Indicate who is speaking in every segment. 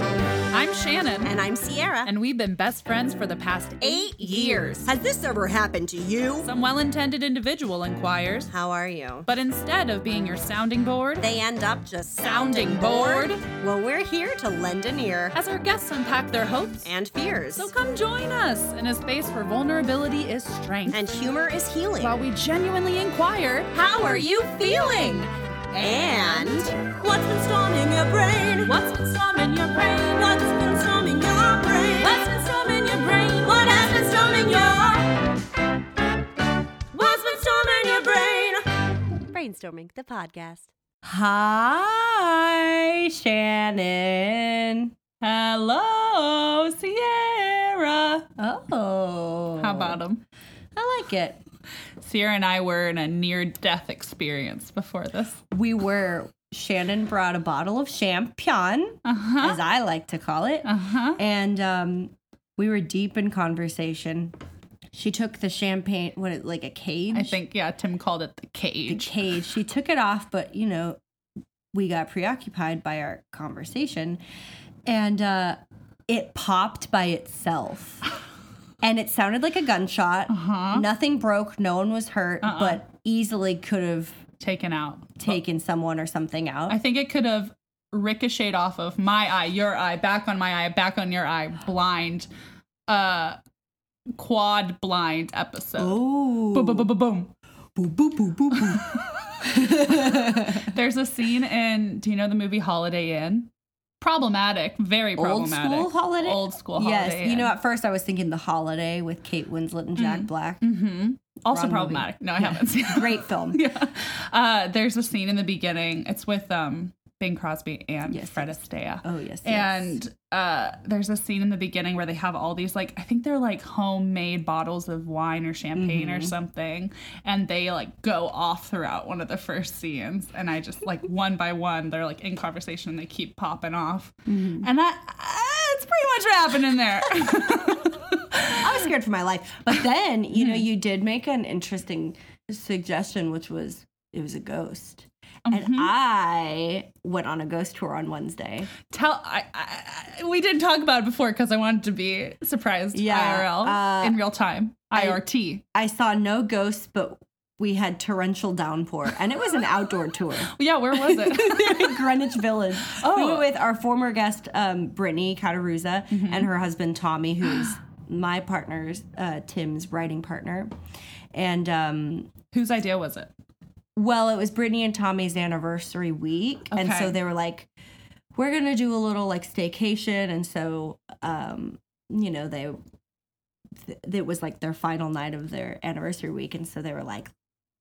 Speaker 1: I'm Shannon,
Speaker 2: And I'm Sierra.
Speaker 1: and we've been best friends for the past eight years.
Speaker 2: Has this ever happened to you?
Speaker 1: Some well intended individual inquires,
Speaker 2: How are you?
Speaker 1: but instead of being your sounding board,
Speaker 2: They end up just
Speaker 1: sounding board,
Speaker 2: Well, we're here to lend an ear
Speaker 1: as our guests unpack their hopes.
Speaker 2: and fears.
Speaker 1: So come join us in a space where vulnerability is strength.
Speaker 2: And humor is healing.
Speaker 1: while we genuinely inquire, how are you feeling?
Speaker 2: and what's been storming your brain?
Speaker 1: What's been storming your brain?
Speaker 2: What's been storming your brain?
Speaker 1: What's been storming your brain?
Speaker 2: What has been storming your? What's been storming your brain? Brainstorming the podcast.
Speaker 3: Hi, Shannon. Hello, Sierra. Oh.
Speaker 1: How about them?
Speaker 3: I like it.
Speaker 1: Sierra and I were in a near death experience before this.
Speaker 3: We were, Shannon brought a bottle of champagne,
Speaker 1: Uh huh.
Speaker 3: as I like to call it.
Speaker 1: Uh huh.
Speaker 3: And um, we were deep in conversation. She took the champagne, what, it- like a cage?
Speaker 1: I think, yeah, Tim called it the
Speaker 3: the
Speaker 1: cage.
Speaker 3: cage. She took it off, but you know, we got preoccupied by our conversation and uh, it popped by itself. And it sounded like a gunshot.
Speaker 1: Uh-huh.
Speaker 3: Nothing broke, no one was hurt, but easily could have
Speaker 1: Taken out.
Speaker 3: taken someone or something out.
Speaker 1: I think it could have ricocheted off of my eye, your eye, back on my eye, back on your eye, blind, uh, quad blind episode.
Speaker 3: oh.
Speaker 1: Boom, boom, boom, boom, boom.
Speaker 3: Boo, boo, boo, boo, boo.
Speaker 1: There's a scene in, do you know the movie Holiday Inn? Problematic, very
Speaker 3: Old
Speaker 1: problematic.
Speaker 3: school holiday?
Speaker 1: Old school
Speaker 3: Yes.
Speaker 1: Holiday
Speaker 3: You know,
Speaker 1: Inn.
Speaker 3: at first I was thinking The Holiday with Kate Winslet and Jack Black.
Speaker 1: Mm-hmm. Also
Speaker 3: Wrong movie.
Speaker 1: problematic. No, I haven't seen it.
Speaker 3: Great film.
Speaker 1: yeah. Uh, there's a scene in the beginning. It's with um, Bing Crosby and
Speaker 3: Yes,
Speaker 1: Fred
Speaker 3: yes.
Speaker 1: Astaire.
Speaker 3: Oh, yes. yes.
Speaker 1: And uh, there's a scene in the beginning where they have all these like I think they're like homemade bottles of wine or champagne
Speaker 3: Mm-hmm.
Speaker 1: or something, and they like go off throughout one of the first scenes, and I just like one by one they're like in conversation and they keep popping off,
Speaker 3: Mm-hmm.
Speaker 1: and I, I it's pretty much what happened in there.
Speaker 3: I was scared for my life. But then, you
Speaker 1: Mm-hmm.
Speaker 3: know, you did make an interesting suggestion, which was it was a ghost. And
Speaker 1: Mm-hmm.
Speaker 3: I went on a ghost tour on Wednesday.
Speaker 1: Tell I, I, I we didn't talk about it before because I wanted to be surprised
Speaker 3: Yeah,
Speaker 1: IRL
Speaker 3: uh,
Speaker 1: in real time IRT.
Speaker 3: I saw no ghosts, but we had torrential downpour, and it was an outdoor tour.
Speaker 1: yeah, where was it?
Speaker 3: Greenwich Village. We
Speaker 1: Oh.
Speaker 3: went with our former guest, um, Brittany Cataruza, and her husband, Tommy, who's my partner's, uh, Tim's writing partner. And um,
Speaker 1: Whose idea was it?
Speaker 3: Well, it was Brittany and Tommy's anniversary week, and
Speaker 1: Okay.
Speaker 3: so they were like, "We're gonna do a little like staycation," and so, um, you know, they th- it was like their final night of their anniversary week, and so they were like,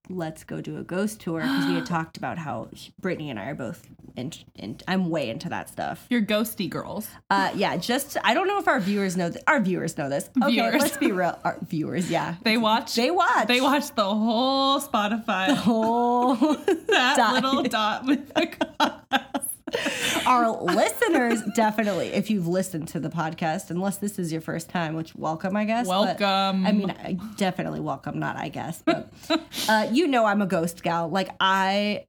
Speaker 3: "Let's go do a ghost tour," because we had talked about how Brittany and I are both, in, in, I'm way into that stuff.
Speaker 1: Your ghosty girls.
Speaker 3: Uh, yeah, just I don't know if our viewers know th- our viewers know this. Okay,
Speaker 1: Viewers.
Speaker 3: let's be real, our viewers, yeah,
Speaker 1: They watch.
Speaker 3: they watch,
Speaker 1: They watch the whole Spotify.
Speaker 3: whole
Speaker 1: that
Speaker 3: dot.
Speaker 1: little dot with the cross.
Speaker 3: our listeners definitely if you've listened to the podcast unless this is your first time which welcome i guess but-
Speaker 1: Welcome.
Speaker 3: i mean I- definitely welcome not i guess but uh, you know i'm a ghost gal like i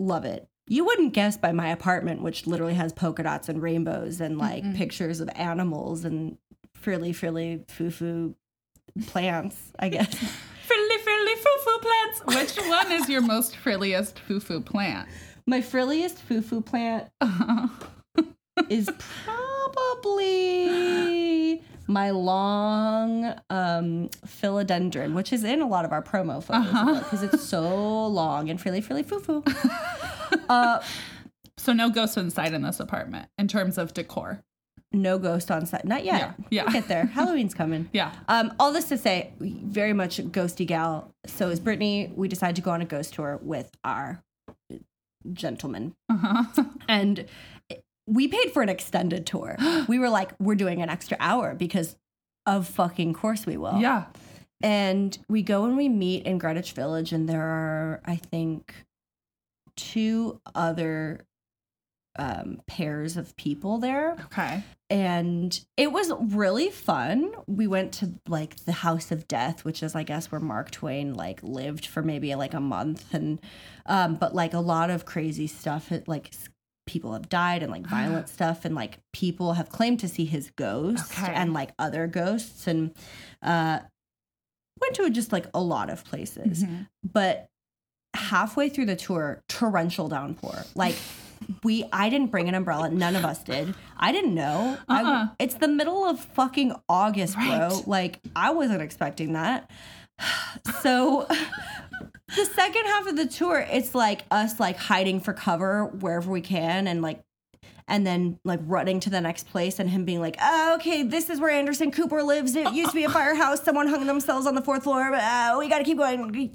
Speaker 3: love it you wouldn't guess by my apartment which literally has polka dots and rainbows and like pictures of animals and frilly frilly foo foo plants i guess
Speaker 1: Frilly, frilly, foo foo plants. Which one is your most frilliest foo foo plant?
Speaker 3: my frilliest foo foo plant is probably my long um, philodendron, which is in a lot of our promo photos
Speaker 1: Uh-huh.
Speaker 3: because it's so long and frilly, frilly, foo foo. uh,
Speaker 1: so no ghosts inside in this apartment in terms of decor.
Speaker 3: no ghost on set, not yet.
Speaker 1: Yeah, yeah.
Speaker 3: We'll get there. Halloween's coming.
Speaker 1: Yeah.
Speaker 3: Um, all this to say, very much ghosty gal. So is Brittany. We decided to go on a ghost tour with our gentleman
Speaker 1: Uh-huh.
Speaker 3: and we paid for an extended tour. We were like, we're doing an extra hour because of fucking course we will.
Speaker 1: Yeah.
Speaker 3: And we go and we meet in Greenwich Village, and there are, I think, two other um, pairs of people there
Speaker 1: Okay.
Speaker 3: and it was really fun. We went to like the House of Death, which is I guess where Mark Twain like lived for maybe like a month and um but like a lot of crazy stuff had like s- people have died and like violent stuff and like people have claimed to see his ghost
Speaker 1: Okay.
Speaker 3: and like other ghosts and uh went to just like a lot of places but halfway through the tour torrential downpour like we i didn't bring an umbrella none of us did i didn't know I-
Speaker 1: Uh-uh.
Speaker 3: it's the middle of fucking august bro
Speaker 1: Right.
Speaker 3: like i wasn't expecting that so the second half of the tour it's like us like hiding for cover wherever we can and like and then like running to the next place and him being like oh, okay this is where anderson cooper lives it used to be a firehouse someone hung themselves on the fourth floor but uh, we gotta keep going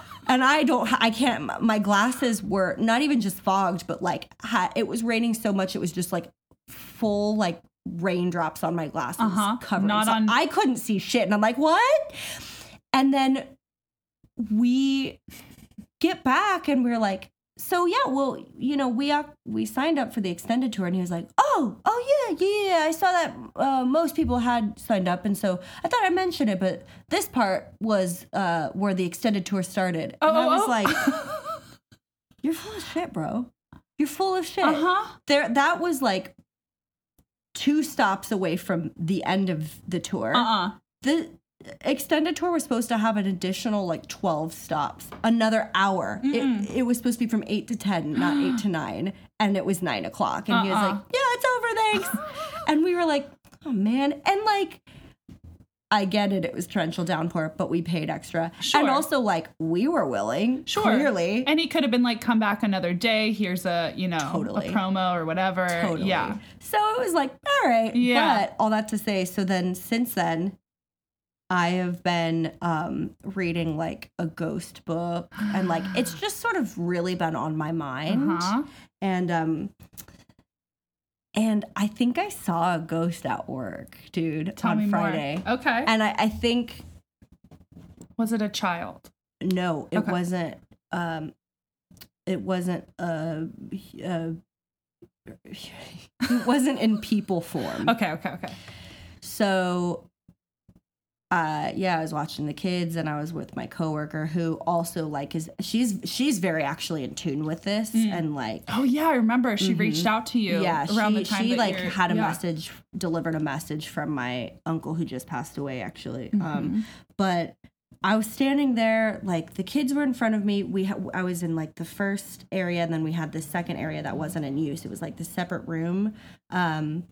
Speaker 3: and i don't i can't my glasses were not even just fogged but like ha- it was raining so much it was just like full like raindrops on my glasses
Speaker 1: Uh-huh.
Speaker 3: covering
Speaker 1: Not
Speaker 3: so
Speaker 1: on-
Speaker 3: i couldn't see shit and i'm like what and then we get back and we're like, so yeah, well, you know, we are, we signed up for the extended tour, and he was like, oh, oh yeah, yeah, yeah. I saw that uh, most people had signed up, and so I thought I mentioned it, but this part was uh, where the extended tour started, and I
Speaker 1: Oh,
Speaker 3: was
Speaker 1: oh.
Speaker 3: like, you're full of shit, bro. You're full of shit.
Speaker 1: Uh huh.
Speaker 3: There, that was like two stops away from the end of the tour
Speaker 1: Uh uh.
Speaker 3: the extended tour was supposed to have an additional like 12 stops another hour it, it was supposed to be from 8 to 10 not 8 to 9 and it was 9 o'clock and he was
Speaker 1: Uh-uh.
Speaker 3: like yeah it's over thanks and we were like oh man and like i get it it was torrential downpour but we paid extra and
Speaker 1: Sure.
Speaker 3: also like we were willing
Speaker 1: Sure.
Speaker 3: clearly
Speaker 1: And he could have been like, come back another day. Here's a, you know,
Speaker 3: Totally.
Speaker 1: a promo or whatever.
Speaker 3: Totally.
Speaker 1: Yeah.
Speaker 3: So it was like, all right.
Speaker 1: Yeah.
Speaker 3: But all that to say, so then since then, I have been um, reading like a ghost book and like it's just sort of really been on my mind.
Speaker 1: Uh-huh.
Speaker 3: And um and I think I saw a ghost at work, dude,
Speaker 1: Tell
Speaker 3: on
Speaker 1: me
Speaker 3: Friday.
Speaker 1: more. Okay.
Speaker 3: And I, I think
Speaker 1: was it a child?
Speaker 3: no, it
Speaker 1: Okay.
Speaker 3: wasn't um it wasn't a, a it wasn't in people form.
Speaker 1: Okay, okay, okay.
Speaker 3: So, uh, yeah, I was watching the kids, and I was with my coworker who also like is she's she's very actually in tune with this, and like
Speaker 1: Oh yeah, I remember she reached out to you
Speaker 3: Mm-hmm. yeah,
Speaker 1: around
Speaker 3: she
Speaker 1: the time
Speaker 3: she
Speaker 1: that
Speaker 3: like
Speaker 1: you're-
Speaker 3: had a
Speaker 1: yeah.
Speaker 3: message delivered a message from my uncle who just passed away actually.
Speaker 1: Mm-hmm.
Speaker 3: Um, but I was standing there, like the kids were in front of me. We ha- I was in like the first area, and then we had the second area that wasn't in use. It was like the separate room, um,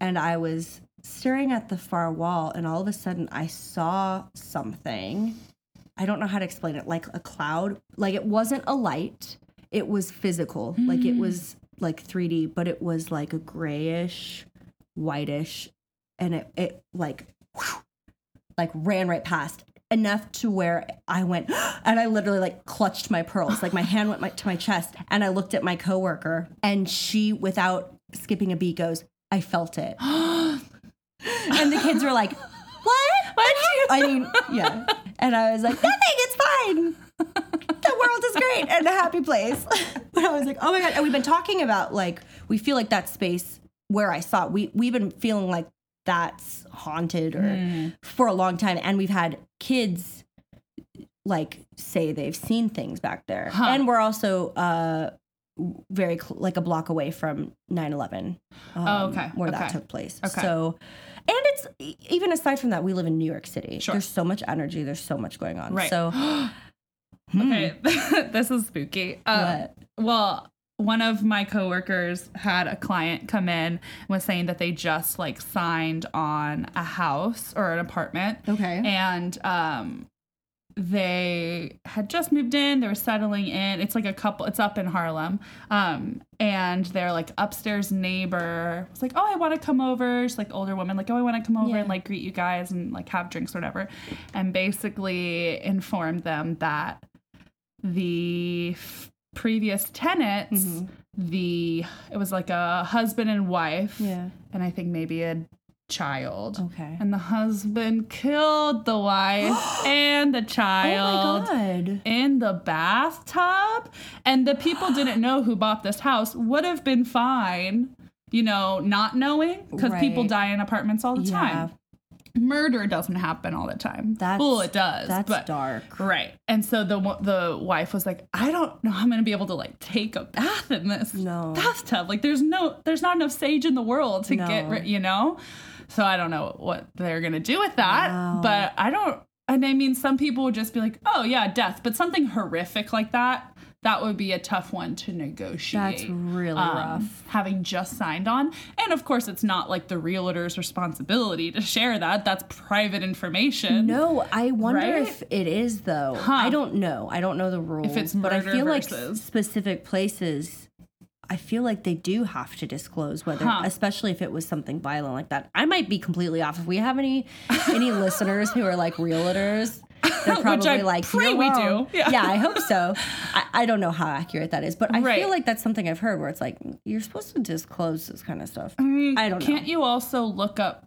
Speaker 3: and I was staring at the far wall, and all of a sudden I saw something. I don't know how to explain it, like a cloud. Like it wasn't a light. It was physical. Like it was like 3D, but it was like a grayish, whitish, and it it like like ran right past enough to where I went and I literally like clutched my pearls like my hand went my, to my chest and I looked at my coworker and she without skipping a beat goes I felt it and the kids were like what
Speaker 1: What?
Speaker 3: I mean yeah and I was like nothing it's fine the world is great and a happy place but I was like oh my god and we've been talking about like we feel like that space where I saw it, we we've been feeling like that's haunted or
Speaker 1: Mm.
Speaker 3: for a long time and we've had kids like say they've seen things back there
Speaker 1: Huh.
Speaker 3: and we're also uh w- very cl- like a block away from 9-11 um,
Speaker 1: Oh, okay,
Speaker 3: where that
Speaker 1: okay,
Speaker 3: took place
Speaker 1: okay.
Speaker 3: so and it's e- even aside from that we live in new york city
Speaker 1: Sure.
Speaker 3: there's so much energy there's so much going on
Speaker 1: Right.
Speaker 3: so hmm.
Speaker 1: Okay, this is spooky. Um, well, one of my coworkers had a client come in was saying that they just like signed on a house or an apartment.
Speaker 3: Okay.
Speaker 1: and um, they had just moved in. They were settling in. It's like a couple. It's up in Harlem, um, and their like upstairs neighbor was like, "Oh, I want to come over." She's like older woman, like, "Oh, I want to come over
Speaker 3: Yeah.
Speaker 1: and like greet you guys and like have drinks or whatever," and basically informed them that the f- previous tenants the it was like a husband and wife
Speaker 3: Mm-hmm. Yeah.
Speaker 1: and i think maybe a child
Speaker 3: Okay.
Speaker 1: and the husband killed the wife and the child
Speaker 3: oh my Oh god
Speaker 1: in the bathtub and the people didn't know who bought this house would have been fine you know not knowing because people
Speaker 3: Right.
Speaker 1: die in apartments all the
Speaker 3: Yeah.
Speaker 1: time murder doesn't happen all the time.
Speaker 3: That's-
Speaker 1: well, it does.
Speaker 3: That's
Speaker 1: but,
Speaker 3: dark.
Speaker 1: Right. And so the wo- the wife was like, I don't know how I'm going to be able to like take a bath in this
Speaker 3: No.
Speaker 1: bathtub. Like there's no there's not enough sage in the world to get
Speaker 3: No.
Speaker 1: rid, you know. So I don't know what they're going to do with that,
Speaker 3: Wow.
Speaker 1: but I don't and I mean some people would just be like, "Oh yeah, death," but something horrific like that that would be a tough one to negotiate
Speaker 3: That's really
Speaker 1: um,
Speaker 3: rough.
Speaker 1: having just signed on. And of course, it's not like the realtor's responsibility to share that. That's private information.
Speaker 3: No, I wonder
Speaker 1: Right?
Speaker 3: if it is though. I don't know. I don't know the rules.
Speaker 1: it's
Speaker 3: but I
Speaker 1: murder
Speaker 3: feel like
Speaker 1: versus-
Speaker 3: s- specific places. I feel like they do have to disclose whether,
Speaker 1: Huh.
Speaker 3: especially if it was something violent like that. I might be completely off. If we have any any listeners who are like realtors, they're
Speaker 1: Which I
Speaker 3: probably like,
Speaker 1: pray
Speaker 3: "You're
Speaker 1: we do."
Speaker 3: wrong."
Speaker 1: Yeah.
Speaker 3: I hope so. I, I don't know how accurate that is, but I
Speaker 1: Right.
Speaker 3: feel like that's something I've heard where it's like you're supposed to disclose this kind of stuff.
Speaker 1: I, mean,
Speaker 3: I don't know.
Speaker 1: Can't you also look up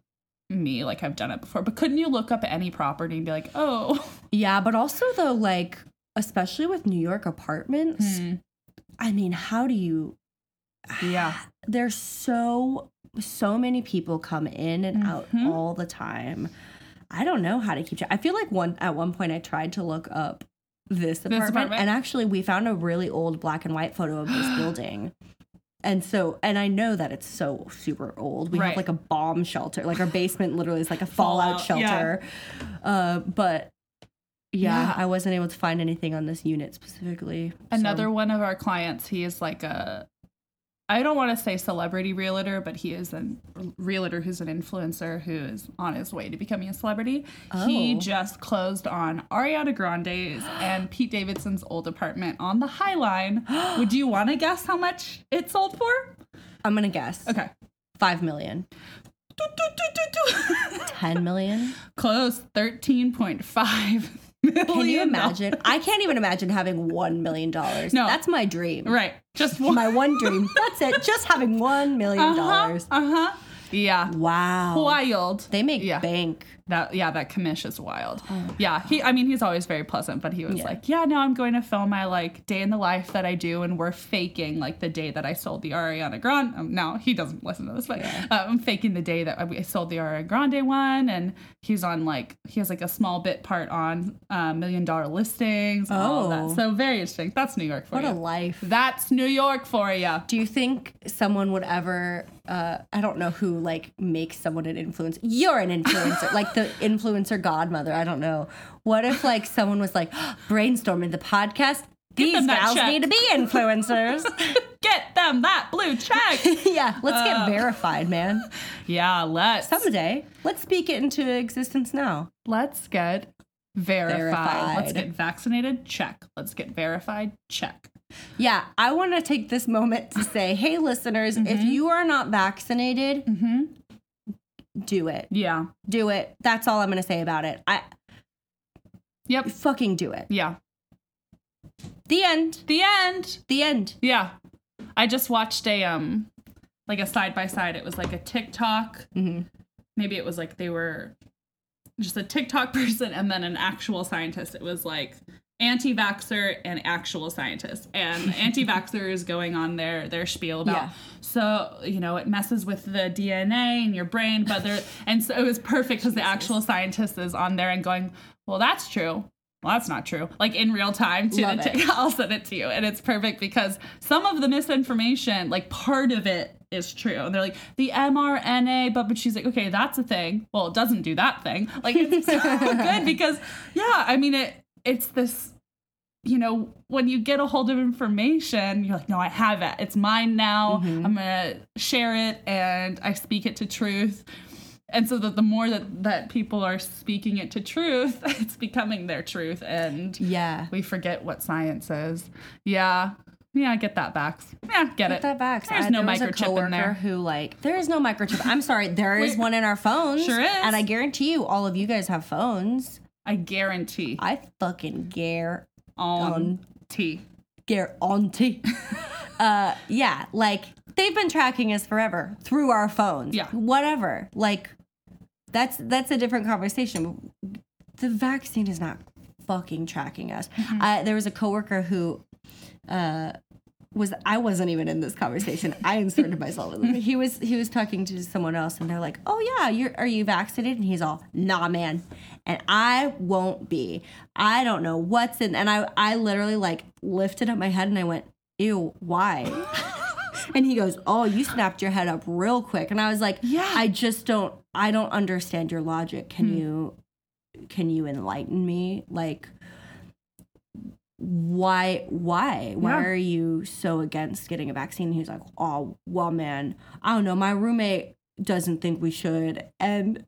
Speaker 1: me? Like I've done it before, but couldn't you look up any property and be like, oh,
Speaker 3: Yeah, but also though, like especially with New York apartments,
Speaker 1: Hmm.
Speaker 3: I mean, how do you?
Speaker 1: yeah,
Speaker 3: There's so so many people come in and out
Speaker 1: Mhm.
Speaker 3: all the time. I don't know how to keep track. I feel like one at one point I tried to look up this apartment,
Speaker 1: apartment?
Speaker 3: and actually we found a really old black and white photo of this building. And so, and I know that it's so super old. We have
Speaker 1: Right.
Speaker 3: like a bomb shelter, like our basement literally is like a fallout,
Speaker 1: Fallout, yeah.
Speaker 3: shelter. Uh, but yeah,
Speaker 1: Yeah.
Speaker 3: I wasn't able to find anything on this unit specifically. so-
Speaker 1: Another one of our clients, he is like a I don't want to say celebrity realtor, but he is a realtor who's an influencer who is on his way to becoming a celebrity. He
Speaker 3: Oh.
Speaker 1: just closed on Ariana Grande's and Pete Davidson's old apartment on the High Line. Would you want to guess how much it sold for?
Speaker 3: I'm gonna guess
Speaker 1: Okay.
Speaker 3: five million,
Speaker 1: Do, do, do, do, do.
Speaker 3: ten million.
Speaker 1: Close 13.5 million.
Speaker 3: Can you imagine? I can't even imagine having one million dollars.
Speaker 1: No.
Speaker 3: that's my dream.
Speaker 1: Right. Just one.
Speaker 3: My one dream. That's it. Just having one million
Speaker 1: Uh-huh.
Speaker 3: dollars.
Speaker 1: Uh-huh. Yeah.
Speaker 3: Wow.
Speaker 1: Wild.
Speaker 3: They make
Speaker 1: Yeah.
Speaker 3: bank.
Speaker 1: That yeah, that commish is wild. yeah, he. I mean, he's always very pleasant, but he was
Speaker 3: Oh Yeah.
Speaker 1: like, yeah, no, I'm going to film my like day in the life that I do, and we're faking like the day that I sold the Ariana Grande. Um, no, he doesn't listen to this, but uh, I'm faking the day that I sold the Ariana Grande one, and he's on like he has like a small bit part on uh, Million Dollar Listings. and all of
Speaker 3: Oh.
Speaker 1: that. so very interesting. That's New York for
Speaker 3: What
Speaker 1: you.
Speaker 3: a life.
Speaker 1: That's New York for you.
Speaker 3: Do you think someone would ever? Uh, I don't know who like makes someone an influencer. You're an influencer, like the influencer godmother. I don't know. What if like someone was like "Ah, brainstorming the podcast? These
Speaker 1: them that
Speaker 3: gals
Speaker 1: check."
Speaker 3: need to be influencers.
Speaker 1: Get them that blue check.
Speaker 3: yeah, let's get
Speaker 1: Uh.
Speaker 3: verified, man.
Speaker 1: yeah, let's.
Speaker 3: Someday, let's speak it into existence now.
Speaker 1: Let's get verified. Let's
Speaker 3: Verified.
Speaker 1: get vaccinated. Check. Let's get verified. Check.
Speaker 3: Yeah, I want to take this moment to say, hey, listeners, if
Speaker 1: Mm-hmm.
Speaker 3: you are not vaccinated, do it.
Speaker 1: Yeah.
Speaker 3: Do it. That's all I'm going to say about it. I
Speaker 1: Yep.
Speaker 3: fucking do it.
Speaker 1: Yeah.
Speaker 3: The end.
Speaker 1: The end.
Speaker 3: The end.
Speaker 1: Yeah. I just watched a um like a side by side. It was like a TikTok. Maybe it was like they were just a TikTok person and then an actual scientist. It was like anti vaxxer and actual scientist. And anti vaxxer is going on their their spiel about
Speaker 3: Yeah.
Speaker 1: so, you know, it messes with the DNA in your brain, but they and so it was perfect because the actual scientist is on there and going, Well, that's true. Well, that's not true. Like in real time to
Speaker 3: Love
Speaker 1: the
Speaker 3: it.
Speaker 1: TikTok. I'll send it to you. And it's perfect because some of the misinformation, like part of it is true. And they're like, the mRNA, but but she's like, okay, that's a thing. Well, it doesn't do that thing. Like it's so good because yeah, I mean it it's this you know, when you get a hold of information, you're like, no, I have it. It's mine now.
Speaker 3: Mm-hmm.
Speaker 1: I'm gonna share it and I speak it to truth. And so that the more that, that people are speaking it to truth, it's becoming their truth. And
Speaker 3: Yeah.
Speaker 1: we forget what science is. Yeah. Yeah, get that back. Yeah, get it.
Speaker 3: Get that back.
Speaker 1: There's
Speaker 3: I-
Speaker 1: no
Speaker 3: there was a
Speaker 1: microchip in
Speaker 3: coworker
Speaker 1: there.
Speaker 3: Who like there is no microchip. I'm sorry, there is one in our phones.
Speaker 1: Sure is.
Speaker 3: And I guarantee you, all of you guys have phones.
Speaker 1: I guarantee.
Speaker 3: I fucking gear
Speaker 1: On T.
Speaker 3: guarantee. uh, yeah, like they've been tracking us forever through our phones.
Speaker 1: Yeah.
Speaker 3: whatever. Like that's that's a different conversation. The vaccine is not fucking tracking us. Uh, there was a coworker who uh, was I wasn't even in this conversation. I inserted myself. In it. He was he was talking to someone else, and they're like, "Oh yeah, you're are you vaccinated?" And he's all, "Nah, man," and I won't be. I don't know what's in. And I I literally like lifted up my head and I went, "Ew, why?" and he goes, "Oh, you snapped your head up real quick." And I was like,
Speaker 1: Yeah. Hmm.
Speaker 3: I just don't. I don't understand your logic. Can you can you enlighten me? Like." why why why
Speaker 1: Yeah.
Speaker 3: are you so against getting a vaccine and he's like oh well man i don't know my roommate doesn't think we should and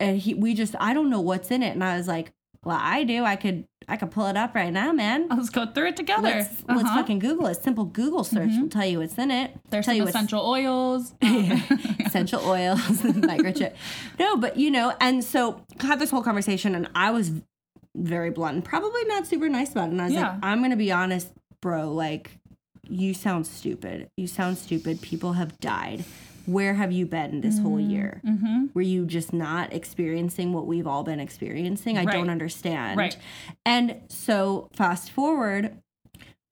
Speaker 3: and he we just i don't know what's in it and i was like well i do i could i could pull it up right now man
Speaker 1: Let's go through it together.
Speaker 3: let's, let's
Speaker 1: Uh-huh. Mm-hmm.
Speaker 3: fucking google it simple google search will tell you what's in it
Speaker 1: There's
Speaker 3: tell
Speaker 1: some
Speaker 3: you what's
Speaker 1: essential oils.
Speaker 3: essential oils, microchip. No, but you know, and so had this whole conversation, and I was very blunt, and probably not super nice about it. And I was
Speaker 1: Yeah.
Speaker 3: like, I'm gonna be honest, bro. Like, you sound stupid. You sound stupid. People have died. Where have you been this whole year?
Speaker 1: mm-hmm.
Speaker 3: Were you just not experiencing what we've all been experiencing? I
Speaker 1: Right.
Speaker 3: don't understand.
Speaker 1: Right.
Speaker 3: And so fast forward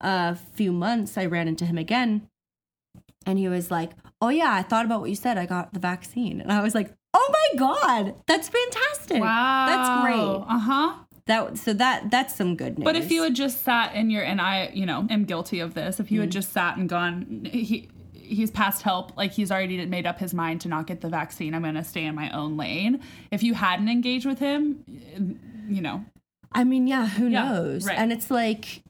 Speaker 3: a few months, I ran into him again and he was like, Oh yeah, I thought about what you said. I got the vaccine. And I was like, Oh my God, that's fantastic.
Speaker 1: Wow.
Speaker 3: That's great.
Speaker 1: Uh huh.
Speaker 3: That so that that's some good news.
Speaker 1: But if you had just sat in your and I, you know, am guilty of this. If you
Speaker 3: Mm.
Speaker 1: had just sat and gone, he he's past help. Like he's already made up his mind to not get the vaccine. I'm going to stay in my own lane. If you hadn't engaged with him, you know,
Speaker 3: I mean, yeah, who
Speaker 1: Yeah,
Speaker 3: knows?
Speaker 1: right.
Speaker 3: And it's like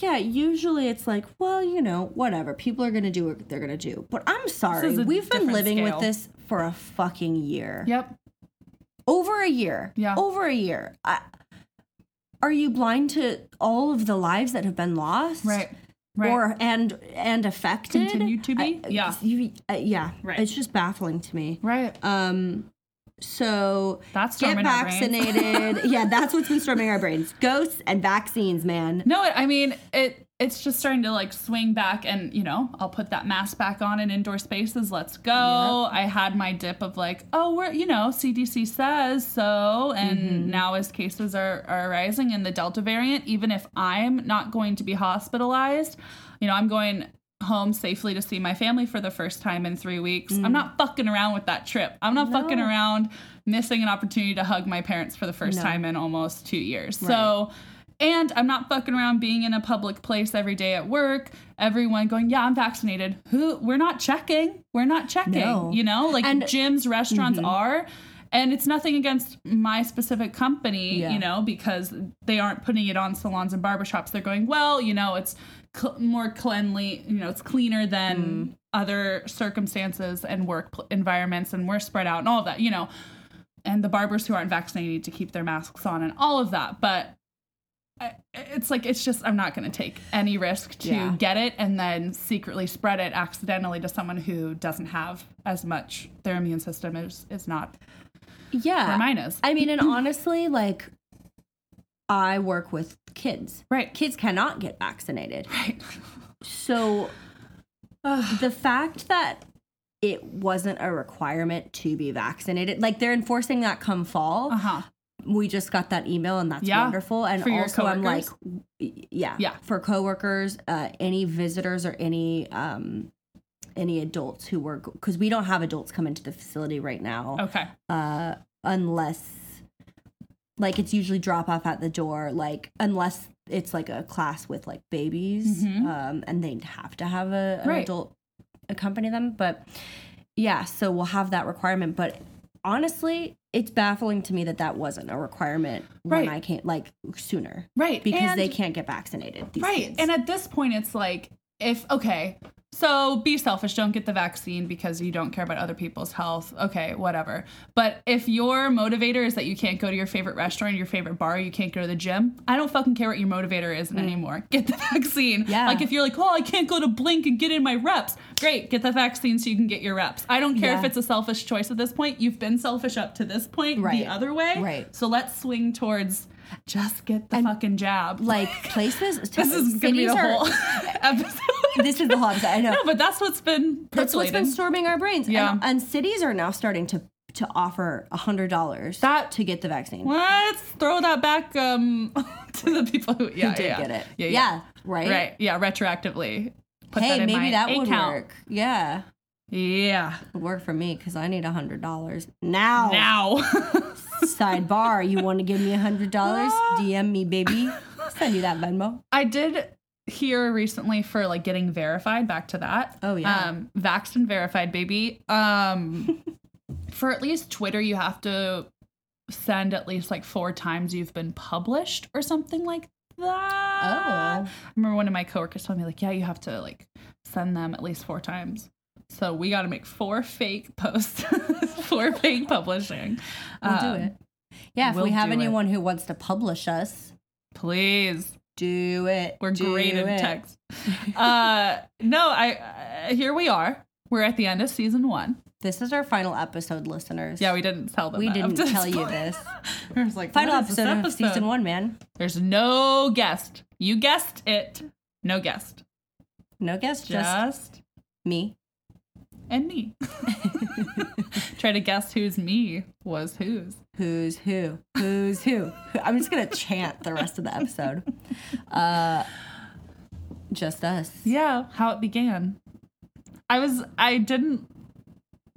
Speaker 3: yeah, usually it's like, well, you know, whatever. People are gonna do what they're gonna do. But I'm sorry,
Speaker 1: is a
Speaker 3: we've been
Speaker 1: different
Speaker 3: living
Speaker 1: scale.
Speaker 3: with this for a fucking year.
Speaker 1: yep,
Speaker 3: over a year.
Speaker 1: Yeah.
Speaker 3: Over a year. I, are you blind to all of the lives that have been lost?
Speaker 1: right, right.
Speaker 3: Or and and affected?
Speaker 1: Continue to be?
Speaker 3: I-
Speaker 1: Yeah.
Speaker 3: you- uh, yeah.
Speaker 1: Right.
Speaker 3: It's just baffling to me.
Speaker 1: Right.
Speaker 3: Um. So
Speaker 1: That's
Speaker 3: get
Speaker 1: storming our brains.
Speaker 3: vaccinated. yeah, that's what's been storming our brains. Ghosts and vaccines, man.
Speaker 1: No, I mean it. It's just starting to like swing back, and you know, I'll put that mask back on in indoor spaces. Let's go. I had my dip of like, oh, we're you know, CDC says so, and now as cases are are rising in the Delta variant, even if I'm not going to be hospitalized, you know, I'm going home safely to see my family for the first time in three weeks. I'm not fucking around with that trip. I'm not fucking around missing an opportunity to hug my parents for the first time in almost two years. So and I'm not fucking around being in a public place every day at work. Everyone going, yeah, I'm vaccinated. Who? We're not checking. We're not checking.
Speaker 3: No.
Speaker 1: You know, like
Speaker 3: And- Mm-hmm.
Speaker 1: gyms, restaurants are. And it's nothing against my specific company,
Speaker 3: Yeah.
Speaker 1: you know, because they aren't putting it on salons and barbershops. They're going, well, you know, it's cl- more cleanly, you know, it's cleaner
Speaker 3: Mm.
Speaker 1: than other circumstances and work pl- environments, and we're spread out and all of that, you know. And the barbers who aren't vaccinated need to keep their masks on and all of that. But I- it's like it's just I'm not going to take any risk to
Speaker 3: Yeah.
Speaker 1: get it and then secretly spread it accidentally to someone who doesn't have as much their immune system is is not
Speaker 3: Yeah.
Speaker 1: where
Speaker 3: Uh,
Speaker 1: mine is.
Speaker 3: I mean, and honestly, like I work with kids.
Speaker 1: Right.
Speaker 3: Kids cannot get vaccinated.
Speaker 1: Right. Uh-huh.
Speaker 3: So the fact that it wasn't a requirement to be vaccinated, like they're enforcing that come fall.
Speaker 1: Uh-huh.
Speaker 3: We just got that email and that's
Speaker 1: Yeah.
Speaker 3: wonderful. And
Speaker 1: For your
Speaker 3: also, I'm like,
Speaker 1: coworkers?
Speaker 3: y- yeah,
Speaker 1: Yeah.
Speaker 3: for coworkers, uh, any visitors or any um, any adults who were because we don't have adults come into the facility right now
Speaker 1: Okay.
Speaker 3: uh, unless like it's usually drop off at the door like unless it's like a class with like babies
Speaker 1: Mhm.
Speaker 3: um, and they'd have to have a, an
Speaker 1: Right.
Speaker 3: adult accompany them but yeah so we'll have that requirement but honestly it's baffling to me that that wasn't a requirement
Speaker 1: Right.
Speaker 3: when i came like sooner
Speaker 1: Right.
Speaker 3: because
Speaker 1: and-
Speaker 3: they can't get vaccinated these
Speaker 1: Right.
Speaker 3: kids.
Speaker 1: And at this point it's like if okay, so be selfish, don't get the vaccine because you don't care about other people's health. Okay, whatever. But if your motivator is that you can't go to your favorite restaurant, your favorite bar, you can't go to the gym, I don't fucking care what your motivator is anymore. Get the vaccine.
Speaker 3: Mm. Yeah.
Speaker 1: Like if you're like, "Oh, I can't go to Blink and get in my reps." Great, get the vaccine so you can get your reps. I don't care
Speaker 3: Yeah.
Speaker 1: if it's a selfish choice at this point. You've been selfish up to this point
Speaker 3: Right.
Speaker 1: the other way.
Speaker 3: Right.
Speaker 1: So let's swing towards just get the fucking jab.
Speaker 3: like places
Speaker 1: This is gonna be
Speaker 3: cities
Speaker 1: the
Speaker 3: are-
Speaker 1: whole episode.
Speaker 3: this is the whole episode i know
Speaker 1: no, but that's what's been
Speaker 3: That's what's
Speaker 1: percolating.
Speaker 3: been storming our brains.
Speaker 1: Yeah.
Speaker 3: And, and cities are now starting to to offer hundred dollars
Speaker 1: That-
Speaker 3: to get the vaccine.
Speaker 1: Let's throw that back um, to the people who, yeah,
Speaker 3: Who did
Speaker 1: yeah,
Speaker 3: get it?
Speaker 1: Yeah, yeah,
Speaker 3: right.
Speaker 1: Right. Yeah, retroactively. Put
Speaker 3: hey,
Speaker 1: that in
Speaker 3: maybe
Speaker 1: my
Speaker 3: that would
Speaker 1: account.
Speaker 3: work. Yeah,
Speaker 1: Yeah.
Speaker 3: it would work for me because I need hundred dollars now.
Speaker 1: Now.
Speaker 3: Sidebar: You want to give me hundred dollars? DM me, baby. I'll Send you that Venmo.
Speaker 1: I did hear recently for like getting verified back to that.
Speaker 3: Oh, yeah.
Speaker 1: Um vaxxed and verified baby. Um for at least Twitter you have to send at least like four times you've been published or something like that. I
Speaker 3: Oh.
Speaker 1: remember one of my coworkers told me like, yeah, you have to like send them at least four times. So we got to make four fake posts for fake publishing.
Speaker 3: We'll
Speaker 1: Um,
Speaker 3: do it. Yeah, if
Speaker 1: we'll
Speaker 3: we have
Speaker 1: do it.
Speaker 3: anyone who wants to publish us,
Speaker 1: Please.
Speaker 3: do it.
Speaker 1: We're
Speaker 3: do
Speaker 1: great in
Speaker 3: it.
Speaker 1: text. uh, no, I uh, here we are. We're at the end of season one.
Speaker 3: This is our final episode, listeners.
Speaker 1: Yeah, we didn't tell them.
Speaker 3: we
Speaker 1: that up
Speaker 3: didn't
Speaker 1: to this
Speaker 3: tell you
Speaker 1: point.
Speaker 3: this.
Speaker 1: I was like,
Speaker 3: Final
Speaker 1: what is this
Speaker 3: episode, of season one, man.
Speaker 1: There's no guest. You guessed it. No guest.
Speaker 3: No guess, just,
Speaker 1: Just,
Speaker 3: me.
Speaker 1: and me. Try to guess who's me was whose.
Speaker 3: Who's who? Who's who? I'm just gonna chant the rest of the episode. Uh, just us.
Speaker 1: Yeah, how it began. I was I didn't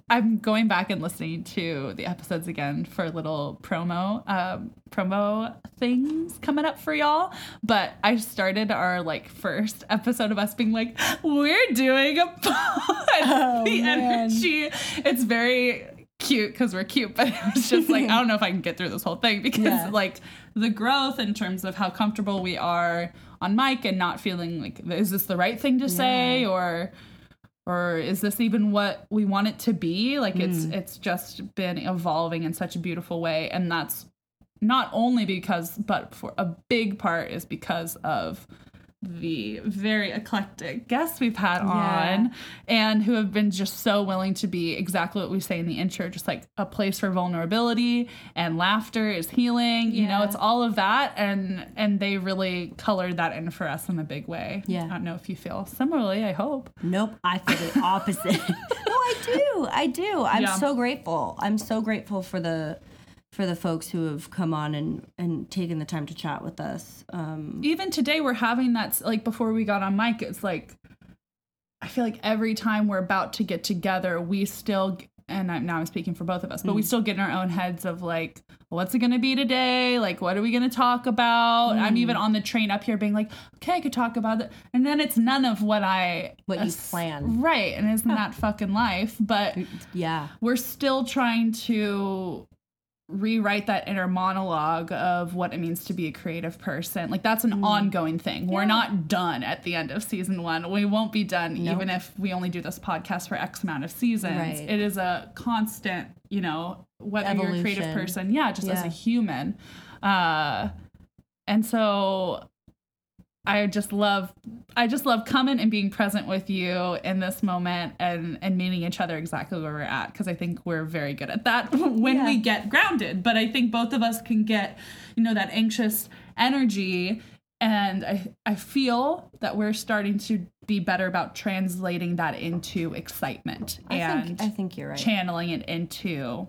Speaker 1: I'm going back and listening to the episodes again for little promo um promo things coming up for y'all, but I started our like first episode of us being like we're doing a pod. the
Speaker 3: man.
Speaker 1: energy it's very cute cuz we're cute, but it was just like I don't know if I can get through this whole thing because
Speaker 3: Yeah.
Speaker 1: like the growth in terms of how comfortable we are on mic and not feeling like is this the right thing to say or or is this even what we want it to be like it's it's just been evolving in such a beautiful way and that's not only because but for a big part is because of the very eclectic guests we've had on and who have been just so willing to be exactly what we say in the intro just like a place for vulnerability and laughter is healing you know
Speaker 3: Yeah.
Speaker 1: it's all of that and and they really colored that in for us in a big way
Speaker 3: Yeah.
Speaker 1: i don't know if you feel similarly i hope
Speaker 3: Nope, I feel the opposite. no, I do. I do. I'm
Speaker 1: Yeah.
Speaker 3: so grateful. I'm so grateful for the for the folks who have come on and and taken the time to chat with us. Um,
Speaker 1: even today we're having that like before we got on mic it's like i feel like every time we're about to get together we still and I'm, now i'm speaking for both of us but
Speaker 3: Mm.
Speaker 1: we still get in our own heads of like what's it going to be today like what are we going to talk about i'm even
Speaker 3: Mm.
Speaker 1: on the train up here being like okay i could talk about it and then it's none of what i
Speaker 3: What you planned.
Speaker 1: right and isn't that fucking life but
Speaker 3: yeah.
Speaker 1: we're still trying to rewrite that inner monologue of what it means to be a creative person. Like that's
Speaker 3: Mm.
Speaker 1: an ongoing thing. We're not done at the end of season 1. We won't be done even if we only do this podcast for x amount of seasons.
Speaker 3: Right.
Speaker 1: It is a constant, you know, whether you're a creative
Speaker 3: Evolution.
Speaker 1: person, yeah, just as a
Speaker 3: Yeah.
Speaker 1: human. Uh and so I just love I just love coming and being present with you in this moment and and meeting each other exactly where we're at because I think we're very good at that when we get grounded. But I think both of us can get, you know, that anxious energy and I I feel that we're starting to be better about translating that into excitement
Speaker 3: I
Speaker 1: and
Speaker 3: think I think you're right.
Speaker 1: channeling it into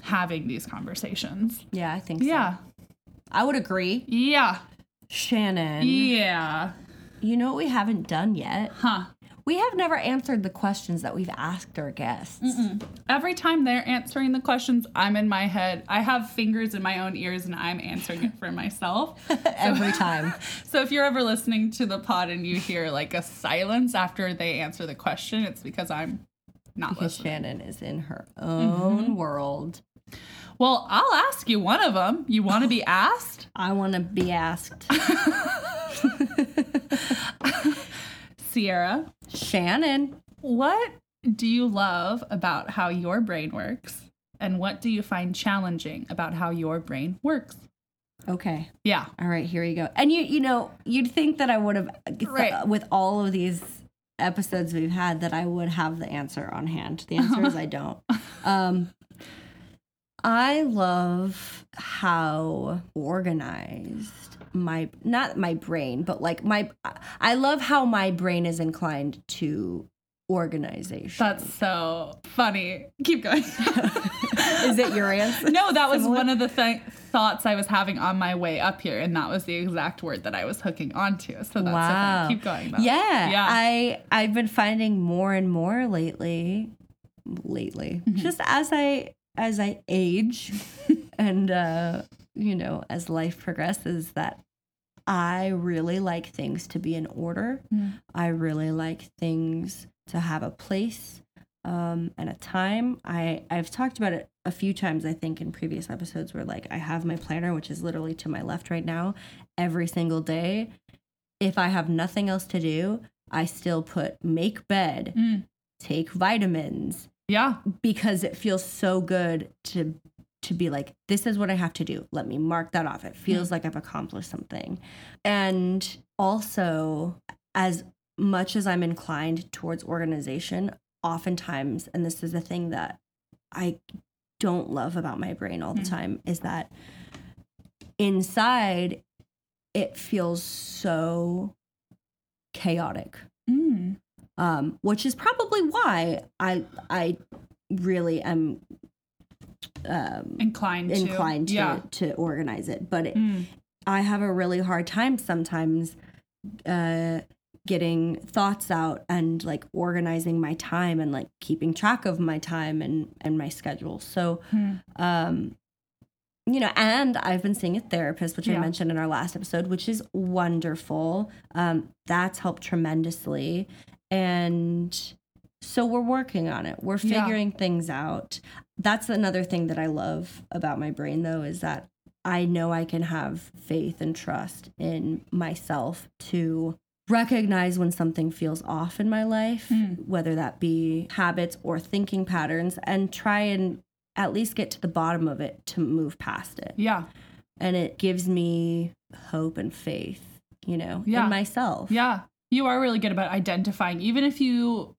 Speaker 1: having these conversations.
Speaker 3: yeah, I think so.
Speaker 1: Yeah.
Speaker 3: I would agree.
Speaker 1: Yeah.
Speaker 3: Shannon,
Speaker 1: Yeah.
Speaker 3: you know what we haven't done yet?
Speaker 1: Huh.
Speaker 3: We have never answered the questions that we've asked our guests.
Speaker 1: Every time they're answering the questions, I'm in my head. I have fingers in my own ears and I'm answering it for myself.
Speaker 3: Every time.
Speaker 1: so if you're ever listening to the pod and you hear like a silence after they answer the question, it's because I'm not
Speaker 3: Because
Speaker 1: listening.
Speaker 3: Shannon is in her
Speaker 1: Mm-hmm.
Speaker 3: own world.
Speaker 1: Well, I'll ask you one of them. You want to be asked?
Speaker 3: I want to be asked.
Speaker 1: Sierra,
Speaker 3: Shannon,
Speaker 1: what do you love about how your brain works? And what do you find challenging about how your brain works?
Speaker 3: okay.
Speaker 1: Yeah.
Speaker 3: All right, here we go. And you, you know, you'd think that I would have, uh,
Speaker 1: Right.
Speaker 3: with all of these episodes we've had, that I would have the answer on hand. The answer is I don't.
Speaker 1: Uh-huh.
Speaker 3: Um, I love how organized my not my brain, but like my, I love how my brain is inclined to organization.
Speaker 1: That's so funny. Keep going.
Speaker 3: Is it your answer?
Speaker 1: No, that was one of the th- thoughts I was having on my way up here, and that was the exact word that I was hooking onto. So that's wow. okay. Keep going. Though.
Speaker 3: Yeah, yeah. I I've been finding more and more lately, lately, mm-hmm. just as I as I age, and uh, you know, as life progresses, that I really like things to be in order. Mm. I really like things to have a place um, and a time. I I've talked about it a few times I think in previous episodes where like I have my planner which is literally to my left right now every single day. If I have nothing else to do, I still put make bed, mm. take vitamins.
Speaker 1: Yeah,
Speaker 3: because it feels so good to to be like, this is what I have to do. Let me mark that off. It feels mm. like I've accomplished something. And also, as much as I'm inclined towards organization, oftentimes, and this is the thing that I don't love about my brain all the mm. time, is that inside it feels so chaotic. Mm. Um, which is probably why I I really am
Speaker 1: um, inclined Mm-hmm.
Speaker 3: to. inclined to, yeah. to organize it. But it, mm. I have a really hard time sometimes uh, getting thoughts out and like organizing my time and like keeping track of my time and and my schedule. So. Mm. Um, you know, and I've been seeing a therapist, which yeah. I mentioned in our last episode, which is wonderful. Um, that's helped tremendously. And so we're working on it. We're figuring yeah. things out. That's another thing that I love about my brain, though, is that I know I can have faith and trust in myself to recognize when something feels off in my life, mm. whether that be habits or thinking patterns, and try and at least get to the bottom of it to move past it.
Speaker 1: Yeah.
Speaker 3: And it gives me hope and faith, you know, yeah. in myself.
Speaker 1: Yeah. You are really good about identifying, even if you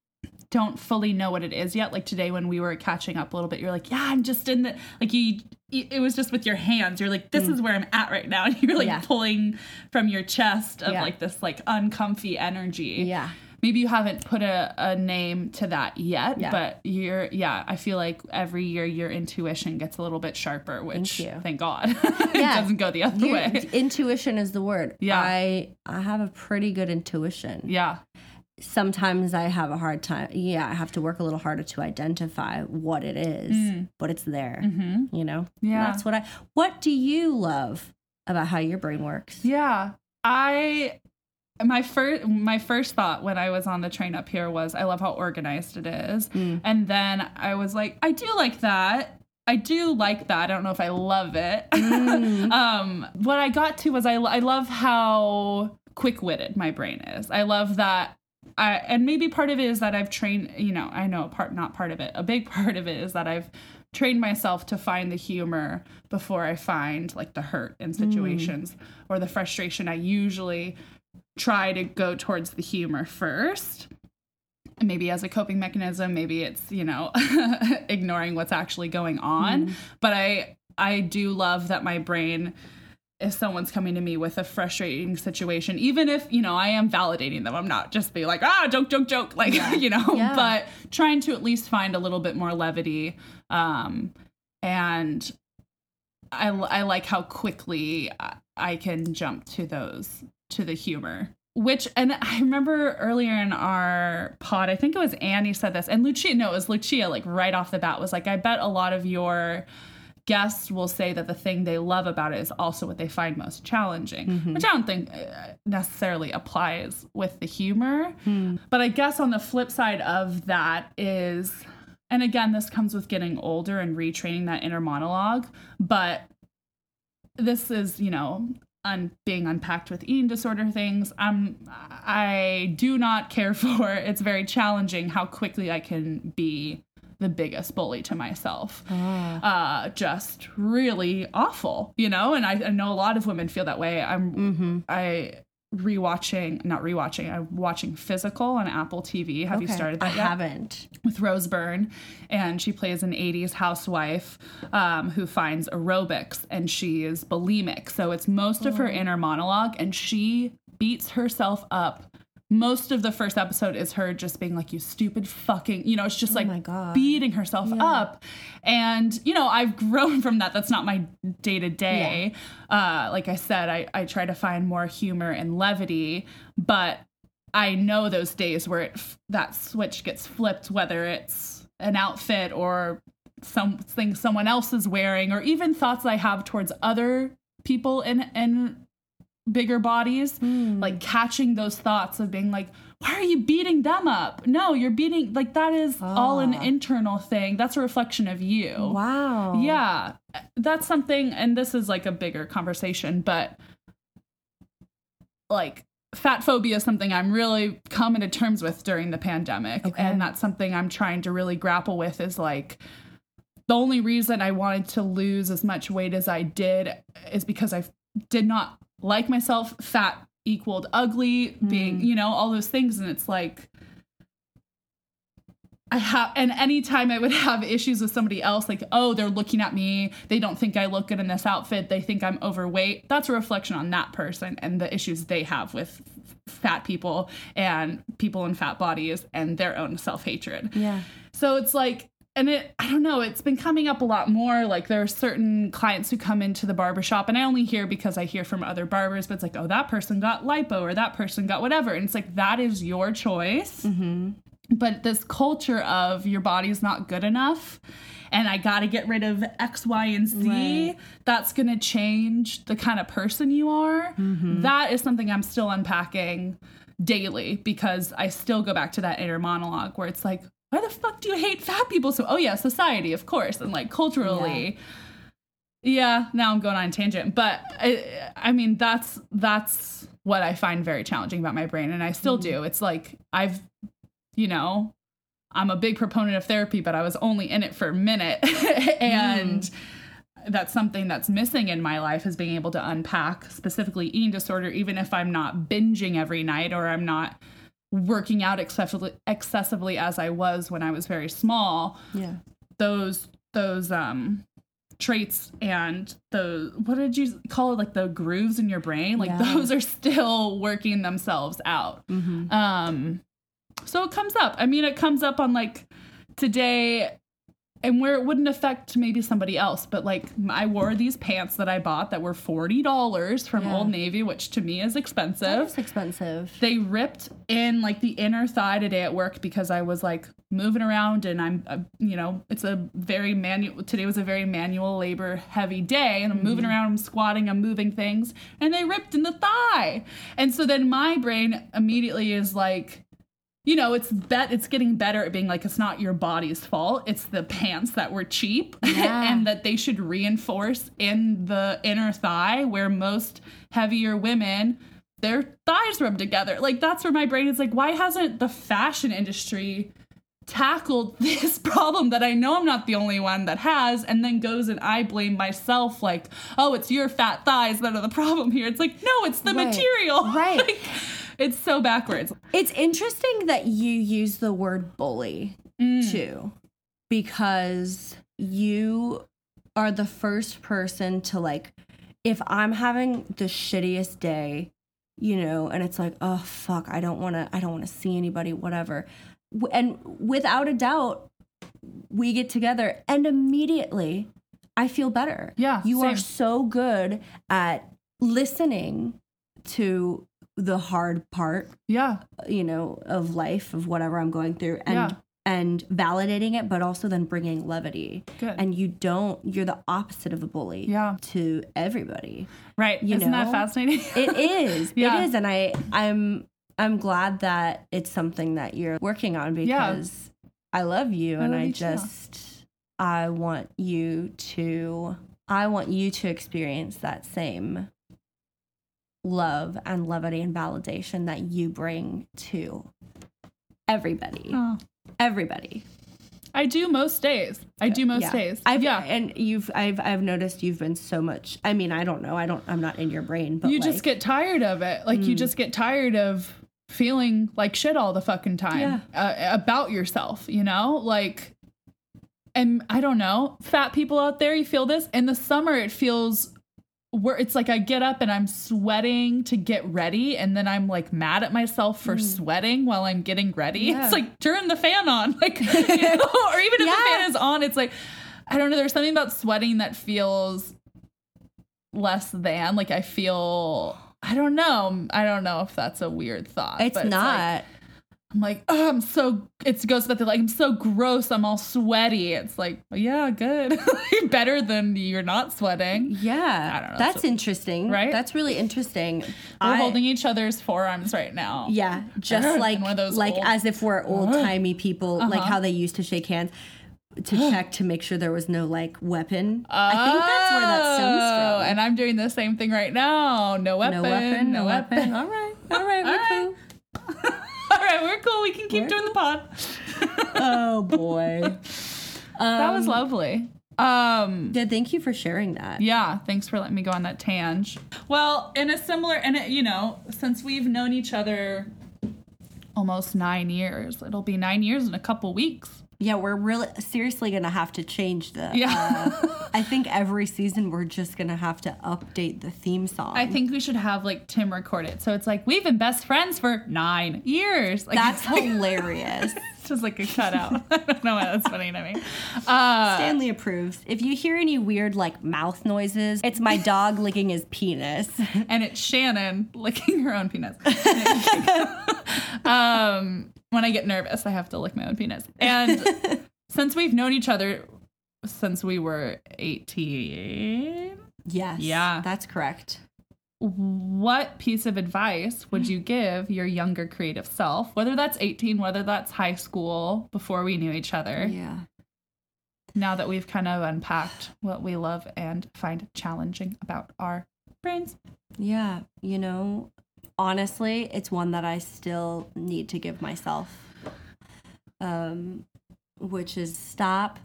Speaker 1: don't fully know what it is yet. Like today when we were catching up a little bit, you're like, yeah, I'm just in the like you. It was just with your hands. You're like, this mm. is where I'm at right now, and you're like yeah. pulling from your chest of yeah. like this like uncomfy energy.
Speaker 3: Yeah.
Speaker 1: Maybe you haven't put a, a name to that yet, yeah. but you're yeah. I feel like every year your intuition gets a little bit sharper, which thank, thank God it doesn't go the other you, way.
Speaker 3: Intuition is the word. Yeah, I I have a pretty good intuition.
Speaker 1: Yeah,
Speaker 3: sometimes I have a hard time. Yeah, I have to work a little harder to identify what it is, mm. but it's there. Mm-hmm. You know.
Speaker 1: Yeah.
Speaker 3: And that's what I. What do you love about how your brain works?
Speaker 1: Yeah, I. My first, my first thought when I was on the train up here was, I love how organized it is, mm. and then I was like, I do like that. I do like that. I don't know if I love it. Mm. um, what I got to was I, I love how quick witted my brain is. I love that I, and maybe part of it is that I've trained, you know, I know part, not part of it, a big part of it is that I've trained myself to find the humor before I find like the hurt in situations mm. or the frustration. I usually try to go towards the humor first. Maybe as a coping mechanism, maybe it's, you know, ignoring what's actually going on. Mm. But I, I do love that my brain if someone's coming to me with a frustrating situation, even if, you know, I am validating them, I'm not just be like, ah, joke, joke, joke, like, yeah. you know, yeah. but trying to at least find a little bit more levity. Um, and I, I like how quickly I can jump to those, to the humor. Which and I remember earlier in our pod, I think it was Annie said this, and Lucia, no, it was Lucia, like right off the bat, was like, I bet a lot of your guests will say that the thing they love about it is also what they find most challenging, mm-hmm. which I don't think necessarily applies with the humor. Mm. But I guess on the flip side of that is, and again, this comes with getting older and retraining that inner monologue, but this is, you know, un- being unpacked with eating disorder things um i do not care for it's very challenging how quickly i can be the biggest bully to myself. Oh. Uh, just really awful, you know? And I, I, know a lot of women feel that way. I'm, mm-hmm. I, rewatching not rewatching i'm watching physical on apple tv have okay. you started that
Speaker 3: i
Speaker 1: yet?
Speaker 3: haven't
Speaker 1: with rose byrne and she plays an 80s housewife um, who finds aerobics and she is bulimic so it's most oh. of her inner monologue and she beats herself up most of the first episode is her just being like, you stupid fucking, you know, it's just
Speaker 3: Oh
Speaker 1: like
Speaker 3: my God.
Speaker 1: beating herself up. And, you know, I've grown from that. That's not my day to day. Like I said, I, I try to find more humor and levity, but I know those days where it, f- that switch gets flipped, whether it's an outfit or something someone else is wearing, or even thoughts I have towards other people in, in bigger bodies,
Speaker 3: Hmm. Mm.
Speaker 1: like catching those thoughts of being like, why are you beating them up? No, you're beating, like, that is all an internal thing. That's a reflection of you.
Speaker 3: Wow.
Speaker 1: Oh. Yeah. That's something, and this is like a bigger conversation, but like, fat phobia is something I'm really coming to terms with during the pandemic.
Speaker 3: Okay.
Speaker 1: And that's something I'm trying to really grapple with is like, the only reason I wanted to lose as much weight as I did is because I did not like myself. Fat equaled ugly, being, you know, all those things. And it's like, I have, and anytime I would have issues with somebody else, like, oh, they're looking at me. They don't think I look good in this outfit. They think I'm overweight. That's a reflection on that person and the issues they have with f- fat people and people in fat bodies and their own self hatred.
Speaker 3: Yeah.
Speaker 1: So it's like, and it, I don't know, it's been coming up a lot more. Like there are certain clients who come into the barbershop, and I only hear because I hear from other barbers, but it's like, oh, that person got lipo or that person got whatever. And it's like, that is your choice. But this culture of your body's not good enough and I got to get rid of X, Y, and Z,
Speaker 3: Right.
Speaker 1: that's going to change the kind of person you are. That is something I'm still unpacking daily because I still go back to that inner monologue where it's like, why the fuck do you hate fat people? So, oh yeah, society, of course, and like culturally. Yeah, now I'm going on a tangent, but I, I mean that's that's what I find very challenging about my brain, and I still do. It's like I've, you know, I'm a big proponent of therapy, but I was only in it for a minute, and that's something that's missing in my life is being able to unpack specifically eating disorder, even if I'm not binging every night or I'm not working out excessively, excessively as I was when I was very small.
Speaker 3: Yeah.
Speaker 1: Those those um traits and those what did you call it like the grooves in your brain like
Speaker 3: Yeah.
Speaker 1: those are still working themselves out
Speaker 3: Mm-hmm.
Speaker 1: um so it comes up i mean it comes up on like today and where it wouldn't affect maybe somebody else but like i wore these pants that i bought that were $40 from
Speaker 3: Yeah.
Speaker 1: old navy which to me is
Speaker 3: That
Speaker 1: expensive
Speaker 3: is expensive.
Speaker 1: they ripped in like the inner thigh today at work because I was like moving around and I'm, uh, you know, it's a very manual, today was a very manual labor heavy day and I'm moving around, I'm squatting, I'm moving things and they ripped in the thigh. And so then my brain immediately is like, you know, it's bet it's getting better at being like it's not your body's fault. It's the pants that were cheap
Speaker 3: Yeah.
Speaker 1: and that they should reinforce in the inner thigh where most heavier women their thighs rub together. Like that's where my brain is like, why hasn't the fashion industry tackled this problem that I know I'm not the only one that has and then goes and I blame myself like, oh, it's your fat thighs that are the problem here. It's like, no, it's the
Speaker 3: Right.
Speaker 1: material.
Speaker 3: Right.
Speaker 1: Like, it's so backwards.
Speaker 3: It's interesting that you use the word bully
Speaker 1: Mm.
Speaker 3: too, because you are the first person to like, if I'm having the shittiest day, you know, and it's like, oh fuck, I don't want to, I don't want to see anybody, whatever. W- And without a doubt, we get together and immediately I feel better.
Speaker 1: Yeah,
Speaker 3: You are
Speaker 1: same.
Speaker 3: so good at listening to the hard part
Speaker 1: Yeah.
Speaker 3: you know of life of whatever i'm going through and
Speaker 1: Yeah.
Speaker 3: and validating it but also then bringing levity
Speaker 1: Good.
Speaker 3: and you don't you're the opposite of a bully
Speaker 1: Yeah.
Speaker 3: to everybody
Speaker 1: Right.
Speaker 3: you
Speaker 1: Isn't that
Speaker 3: know?
Speaker 1: fascinating?
Speaker 3: it is
Speaker 1: Yeah.
Speaker 3: it is and i i'm i'm glad that it's something that you're working on
Speaker 1: Yeah.
Speaker 3: because i love you
Speaker 1: I
Speaker 3: and
Speaker 1: love
Speaker 3: i
Speaker 1: you too.
Speaker 3: just i want you to i want you to experience that same love and levity and validation that you bring to everybody
Speaker 1: Oh.
Speaker 3: everybody
Speaker 1: I do most days. I do most
Speaker 3: yeah.
Speaker 1: days.
Speaker 3: I've,
Speaker 1: yeah.
Speaker 3: and you've i've i've noticed you've been so much i mean i don't know i don't i'm not in your brain but
Speaker 1: you
Speaker 3: like, Mm.
Speaker 1: just get tired of it. Like you just get tired of feeling like shit all the fucking time uh, about yourself, you know? Like and I don't know, fat people out there, you feel this. In the summer it feels where it's like I get up and I'm sweating to get ready, and then I'm like mad at myself for sweating while I'm getting ready.
Speaker 3: Mm. Yeah.
Speaker 1: It's like turn the fan on, like, you know? or even if the fan is on, it's like I don't know. There's something about sweating that feels less than. Like I feel, I don't know. I don't know if that's a weird thought.
Speaker 3: It's
Speaker 1: but like,
Speaker 3: not.
Speaker 1: I'm like, oh, I'm so. It goes about the like, I'm so gross. I'm all sweaty. It's like, well, yeah, good, better than you're not sweating.
Speaker 3: yeah.
Speaker 1: I don't know,
Speaker 3: That's
Speaker 1: so-
Speaker 3: interesting.
Speaker 1: Right?
Speaker 3: That's really interesting.
Speaker 1: We're
Speaker 3: I-
Speaker 1: holding each other's forearms right now.
Speaker 3: Yeah, just
Speaker 1: And
Speaker 3: like
Speaker 1: one of those
Speaker 3: like
Speaker 1: old-
Speaker 3: as if we're old timey people, like
Speaker 1: Uh-huh.
Speaker 3: how they used to shake hands to check to make sure there was no like weapon. I think that's where that
Speaker 1: Oh,
Speaker 3: stems from.
Speaker 1: And I'm doing the same thing right now. No weapon.
Speaker 3: no weapon, no weapon. All right, all right,
Speaker 1: All right.
Speaker 3: we're cool.
Speaker 1: All right, we're cool. We can keep
Speaker 3: We're
Speaker 1: doing the pod.
Speaker 3: Oh boy,
Speaker 1: that was lovely. Um,
Speaker 3: yeah. Thank you for sharing that.
Speaker 1: Yeah, thanks for letting me go on that tang. Well, in a similar, and it, you know, since we've known each other almost nine years, it'll be nine years in a couple weeks.
Speaker 3: Yeah, we're really seriously gonna have to change the.
Speaker 1: Yeah.
Speaker 3: uh, I think every season we're just gonna have to update the theme song.
Speaker 1: I think we should have like Tim record it. So it's like we've been best friends for nine years. Like,
Speaker 3: that's hilarious.
Speaker 1: it's just like a cutout. I don't know why that's funny to me. Uh,
Speaker 3: Stanley approves. If you hear any weird like mouth noises, it's my dog licking his penis.
Speaker 1: and it's Shannon licking her own penis. um, when I get nervous, I have to lick my own penis. And since we've known each other since we were 18,
Speaker 3: Yes.
Speaker 1: Yeah.
Speaker 3: That's correct.
Speaker 1: what piece of advice would you give your younger creative self, whether that's 18, whether that's high school before we knew each other,
Speaker 3: Yeah.
Speaker 1: now that we've kind of unpacked what we love and find challenging about our brains?
Speaker 3: Yeah. You know, honestly, it's one that I still need to give myself, um, which is stop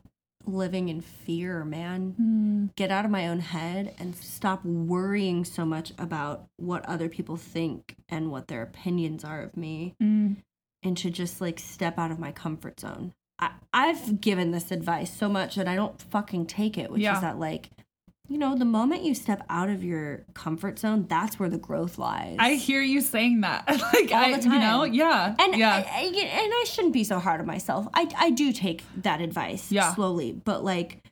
Speaker 3: living in fear, man.
Speaker 1: Mm-hmm.
Speaker 3: Get out of my own head and stop worrying so much about what other people think and what their opinions are of me. and to just like step out of my comfort zone. I, I've given this advice so much and I don't fucking take it, which
Speaker 1: Yeah.
Speaker 3: is that like, you know, the moment you step out of your comfort zone, that's where the growth lies.
Speaker 1: I hear you saying that. like
Speaker 3: All
Speaker 1: I,
Speaker 3: the
Speaker 1: you know,
Speaker 3: time.
Speaker 1: yeah,
Speaker 3: and
Speaker 1: yeah.
Speaker 3: I, I- and I shouldn't be so hard on myself. I I do take that advice
Speaker 1: Yeah.
Speaker 3: slowly, but like,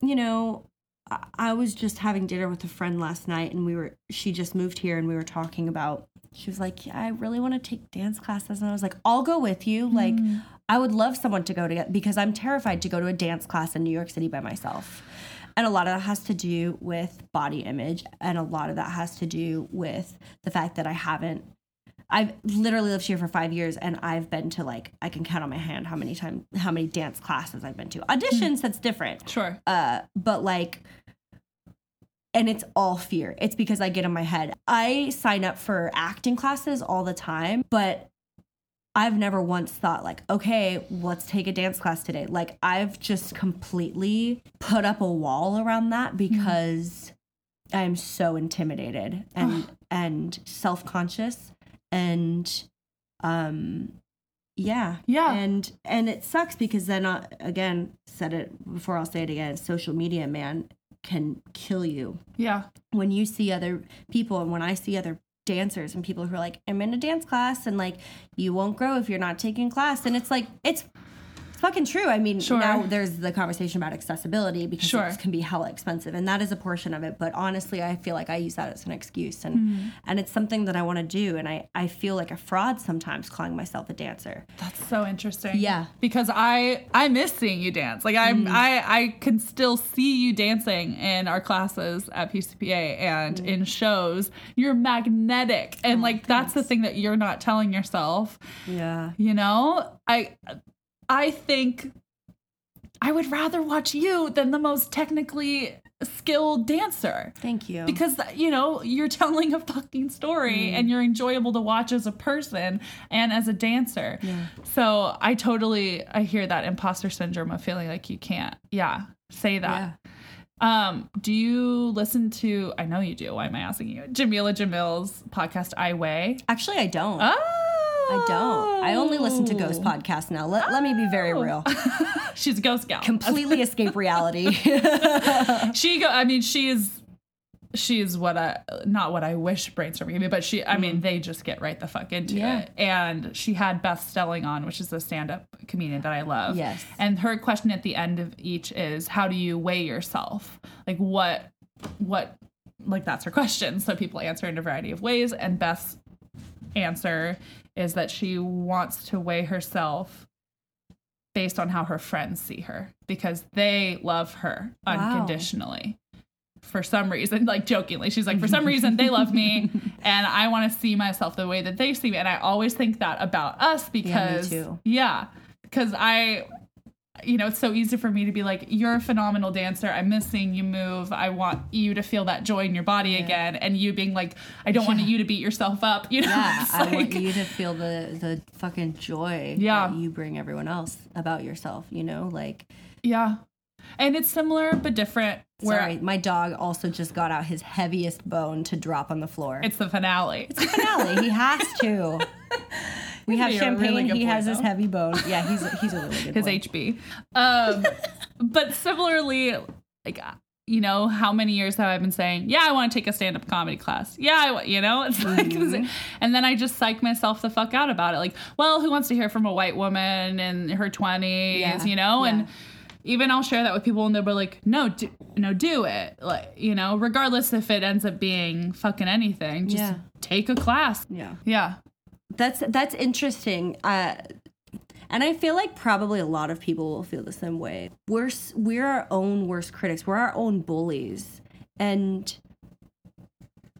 Speaker 3: you know, I, I was just having dinner with a friend last night, and we were she just moved here, and we were talking about. She was like, "Yeah, I really want to take dance classes," and I was like, "I'll go with you." Like, I would love someone to go to because I'm terrified to go to a dance class in New York City by myself. And a lot of that has to do with body image, and a lot of that has to do with the fact that I haven't I've literally lived here for five years, and I've been to like I can count on my hand how many time how many dance classes I've been to. Auditions, that's different.
Speaker 1: sure.
Speaker 3: Uh, but like, and it's all fear. It's because I get in my head. I sign up for acting classes all the time, but I've never once thought like, okay, let's take a dance class today. Like I've just completely put up a wall around that because I'm so intimidated and and self-conscious and um yeah.
Speaker 1: Yeah.
Speaker 3: And and it sucks because then uh, again, said it before I'll say it again, social media man can kill you
Speaker 1: Yeah.
Speaker 3: when you see other people and when I see other dancers and people who are like, I'm in a dance class and like you won't grow if you're not taking class. And it's like it's fucking true. I mean,
Speaker 1: Sure.
Speaker 3: now there's the conversation about accessibility because
Speaker 1: Sure.
Speaker 3: it can be hella expensive. And that is a portion of it. But honestly, I feel like I use that as an excuse and
Speaker 1: Mm-hmm.
Speaker 3: and it's something that I want to do. And I, I feel like a fraud sometimes calling myself a dancer.
Speaker 1: That's so interesting.
Speaker 3: Yeah. Mm.
Speaker 1: Because I I miss seeing you dance. Like I'm I I can still see you dancing in our classes at PCPA and
Speaker 3: Mm.
Speaker 1: in shows. You're magnetic.
Speaker 3: Oh,
Speaker 1: And like that's the thing that you're not telling yourself.
Speaker 3: Yeah.
Speaker 1: You know? I I think I would rather watch you than the most technically skilled dancer.
Speaker 3: Thank you.
Speaker 1: because you know you're telling a fucking
Speaker 3: Mm.
Speaker 1: story and you're enjoyable to watch as a person and as a dancer so i totally i hear that imposter syndrome of feeling like you can't yeah say that um do you listen to i know you do why am i asking you jamila jamil's podcast i weigh
Speaker 3: Actually I don't.
Speaker 1: oh
Speaker 3: I don't. I only listen to ghost podcasts now. Let, let me be very
Speaker 1: Oh.
Speaker 3: real.
Speaker 1: she's a ghost gal
Speaker 3: Completely escape reality.
Speaker 1: she go i mean she is she's what I not what I wish brainstorming could be, but she I mean they just get right the fuck into
Speaker 3: Mm-hmm. Yeah.
Speaker 1: it. And she had Beth Stelling on, which is a stand up comedian that I love.
Speaker 3: Yes.
Speaker 1: And her question at the end of each is, how do you weigh yourself? Like what what like that's her question. So people answer in a variety of ways, and Beth's answer is that she wants to weigh herself based on how her friends see her because they love her
Speaker 3: Wow.
Speaker 1: unconditionally for some reason, like jokingly, she's like, for some reason, they love me and I want to see myself the way that they see me. And I always think that about us because,
Speaker 3: too.
Speaker 1: yeah, because I, you know, it's so easy for me to be like, you're a phenomenal dancer. I'm missing you move. I want you to feel that joy in your body again. And you being like, I don't want you to beat yourself up, you know?
Speaker 3: Yeah,
Speaker 1: It's
Speaker 3: I want
Speaker 1: like-
Speaker 3: you to feel the the fucking joy
Speaker 1: Yeah.
Speaker 3: that you bring everyone else about yourself. You know, like
Speaker 1: yeah. And it's similar but different. Where
Speaker 3: sorry, my dog also just got out his heaviest bone to drop on the floor.
Speaker 1: it's the finale.
Speaker 3: finale. He has to. We have
Speaker 1: You're a really
Speaker 3: champagne.
Speaker 1: good
Speaker 3: he
Speaker 1: boy,
Speaker 3: has his
Speaker 1: though.
Speaker 3: heavy bone. Yeah, he's he's a really good
Speaker 1: his
Speaker 3: boy.
Speaker 1: HB. Um, but similarly, like uh, you know, how many years have I been saying, yeah, I want to take a stand-up comedy class. Yeah, I wa-" you know, it's like,
Speaker 3: Mm-hmm.
Speaker 1: and then I just psych myself the fuck out about it. Like, well, who wants to hear from a white woman in her twenties?
Speaker 3: Yeah,
Speaker 1: You know,
Speaker 3: yeah.
Speaker 1: and even I'll share that with people, and they'll be like, "No, do, no, do it." Like, you know, regardless if it ends up being fucking anything, just
Speaker 3: Yeah.
Speaker 1: take a class.
Speaker 3: Yeah.
Speaker 1: Yeah,
Speaker 3: That's that's interesting. Uh, and I feel like probably a lot of people will feel the same way. We're s- we're our own worst critics. We're our own bullies, and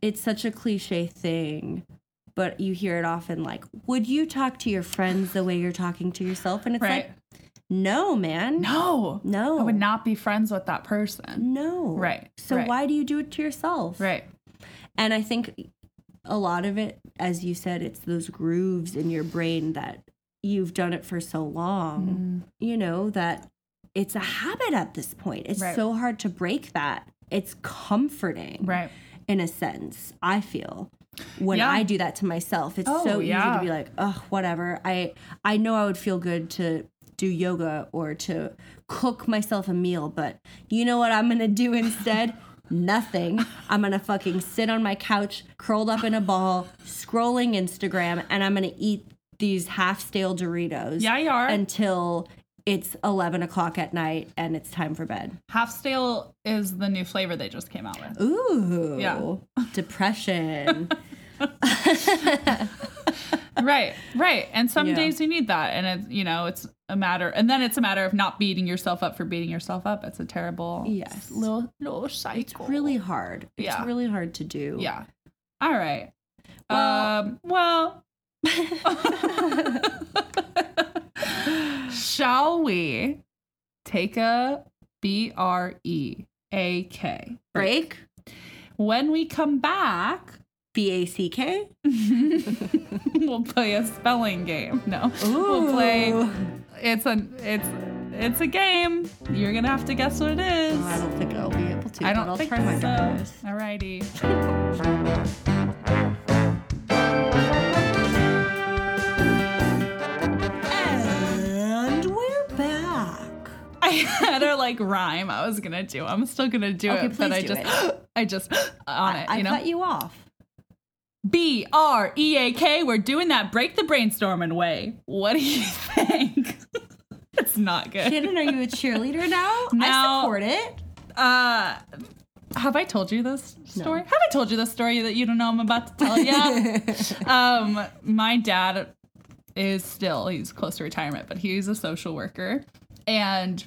Speaker 3: it's such a cliche thing, but you hear it often. Like, would you talk to your friends the way you're talking to yourself? And it's
Speaker 1: right.
Speaker 3: like, no, man,
Speaker 1: no,
Speaker 3: no,
Speaker 1: I would not be friends with that person.
Speaker 3: no,
Speaker 1: Right,
Speaker 3: So
Speaker 1: right.
Speaker 3: why do you do it to yourself?
Speaker 1: Right.
Speaker 3: And I think a lot of it, as you said, it's those grooves in your brain that you've done it for so
Speaker 1: Mm-hmm.
Speaker 3: long, you know, that it's a habit at this point. It's
Speaker 1: Right.
Speaker 3: so hard to break that. It's comforting,
Speaker 1: Right.
Speaker 3: in a sense, I feel. When
Speaker 1: Yeah.
Speaker 3: I do that to myself, it's
Speaker 1: Oh,
Speaker 3: so easy
Speaker 1: yeah.
Speaker 3: to be like, oh, whatever. I I know I would feel good to do yoga or to cook myself a meal, but you know what I'm gonna do instead? Nothing. I'm gonna fucking sit on my couch, curled up in a ball, scrolling Instagram, and I'm gonna eat these half stale Doritos.
Speaker 1: Yeah, you are.
Speaker 3: Until it's eleven o'clock at night and it's time for bed.
Speaker 1: Half stale is the new flavor they just came out with.
Speaker 3: Ooh.
Speaker 1: Yeah.
Speaker 3: Depression.
Speaker 1: right, right. And some
Speaker 3: Yeah.
Speaker 1: days you need that, and it's you know it's a matter, and then it's a matter of not beating yourself up for beating yourself up. It's a terrible
Speaker 3: Yes.
Speaker 1: little little cycle.
Speaker 3: really hard. It's
Speaker 1: Yeah.
Speaker 3: really hard to do.
Speaker 1: yeah. All right.
Speaker 3: Well-
Speaker 1: um. Well. Shall we take a B R E A K?
Speaker 3: Break.
Speaker 1: When we come back,
Speaker 3: B A C K.
Speaker 1: we'll play a spelling game. No, we'll play. It's a it's it's a game. You're gonna have to guess what it is.
Speaker 3: I don't think I'll be able to.
Speaker 1: I
Speaker 3: but
Speaker 1: don't
Speaker 3: I'll
Speaker 1: think
Speaker 3: try my
Speaker 1: so.
Speaker 3: best.
Speaker 1: Alrighty.
Speaker 3: And we're back.
Speaker 1: I had a like rhyme I was gonna do. I'm still gonna do
Speaker 3: Okay,
Speaker 1: it, but
Speaker 3: please
Speaker 1: I
Speaker 3: do
Speaker 1: just I just on it.
Speaker 3: I
Speaker 1: Uh, you know.
Speaker 3: cut you off.
Speaker 1: B R E A K. We're doing that break the brainstorming way. What do you think? it's not good.
Speaker 3: Shannon, are you a cheerleader now? I
Speaker 1: Now-
Speaker 3: support it.
Speaker 1: Uh, have I told you this story? Have I told you this story that you don't know I'm about to tell you? um, my dad is still he's close to retirement, but he's a social worker, and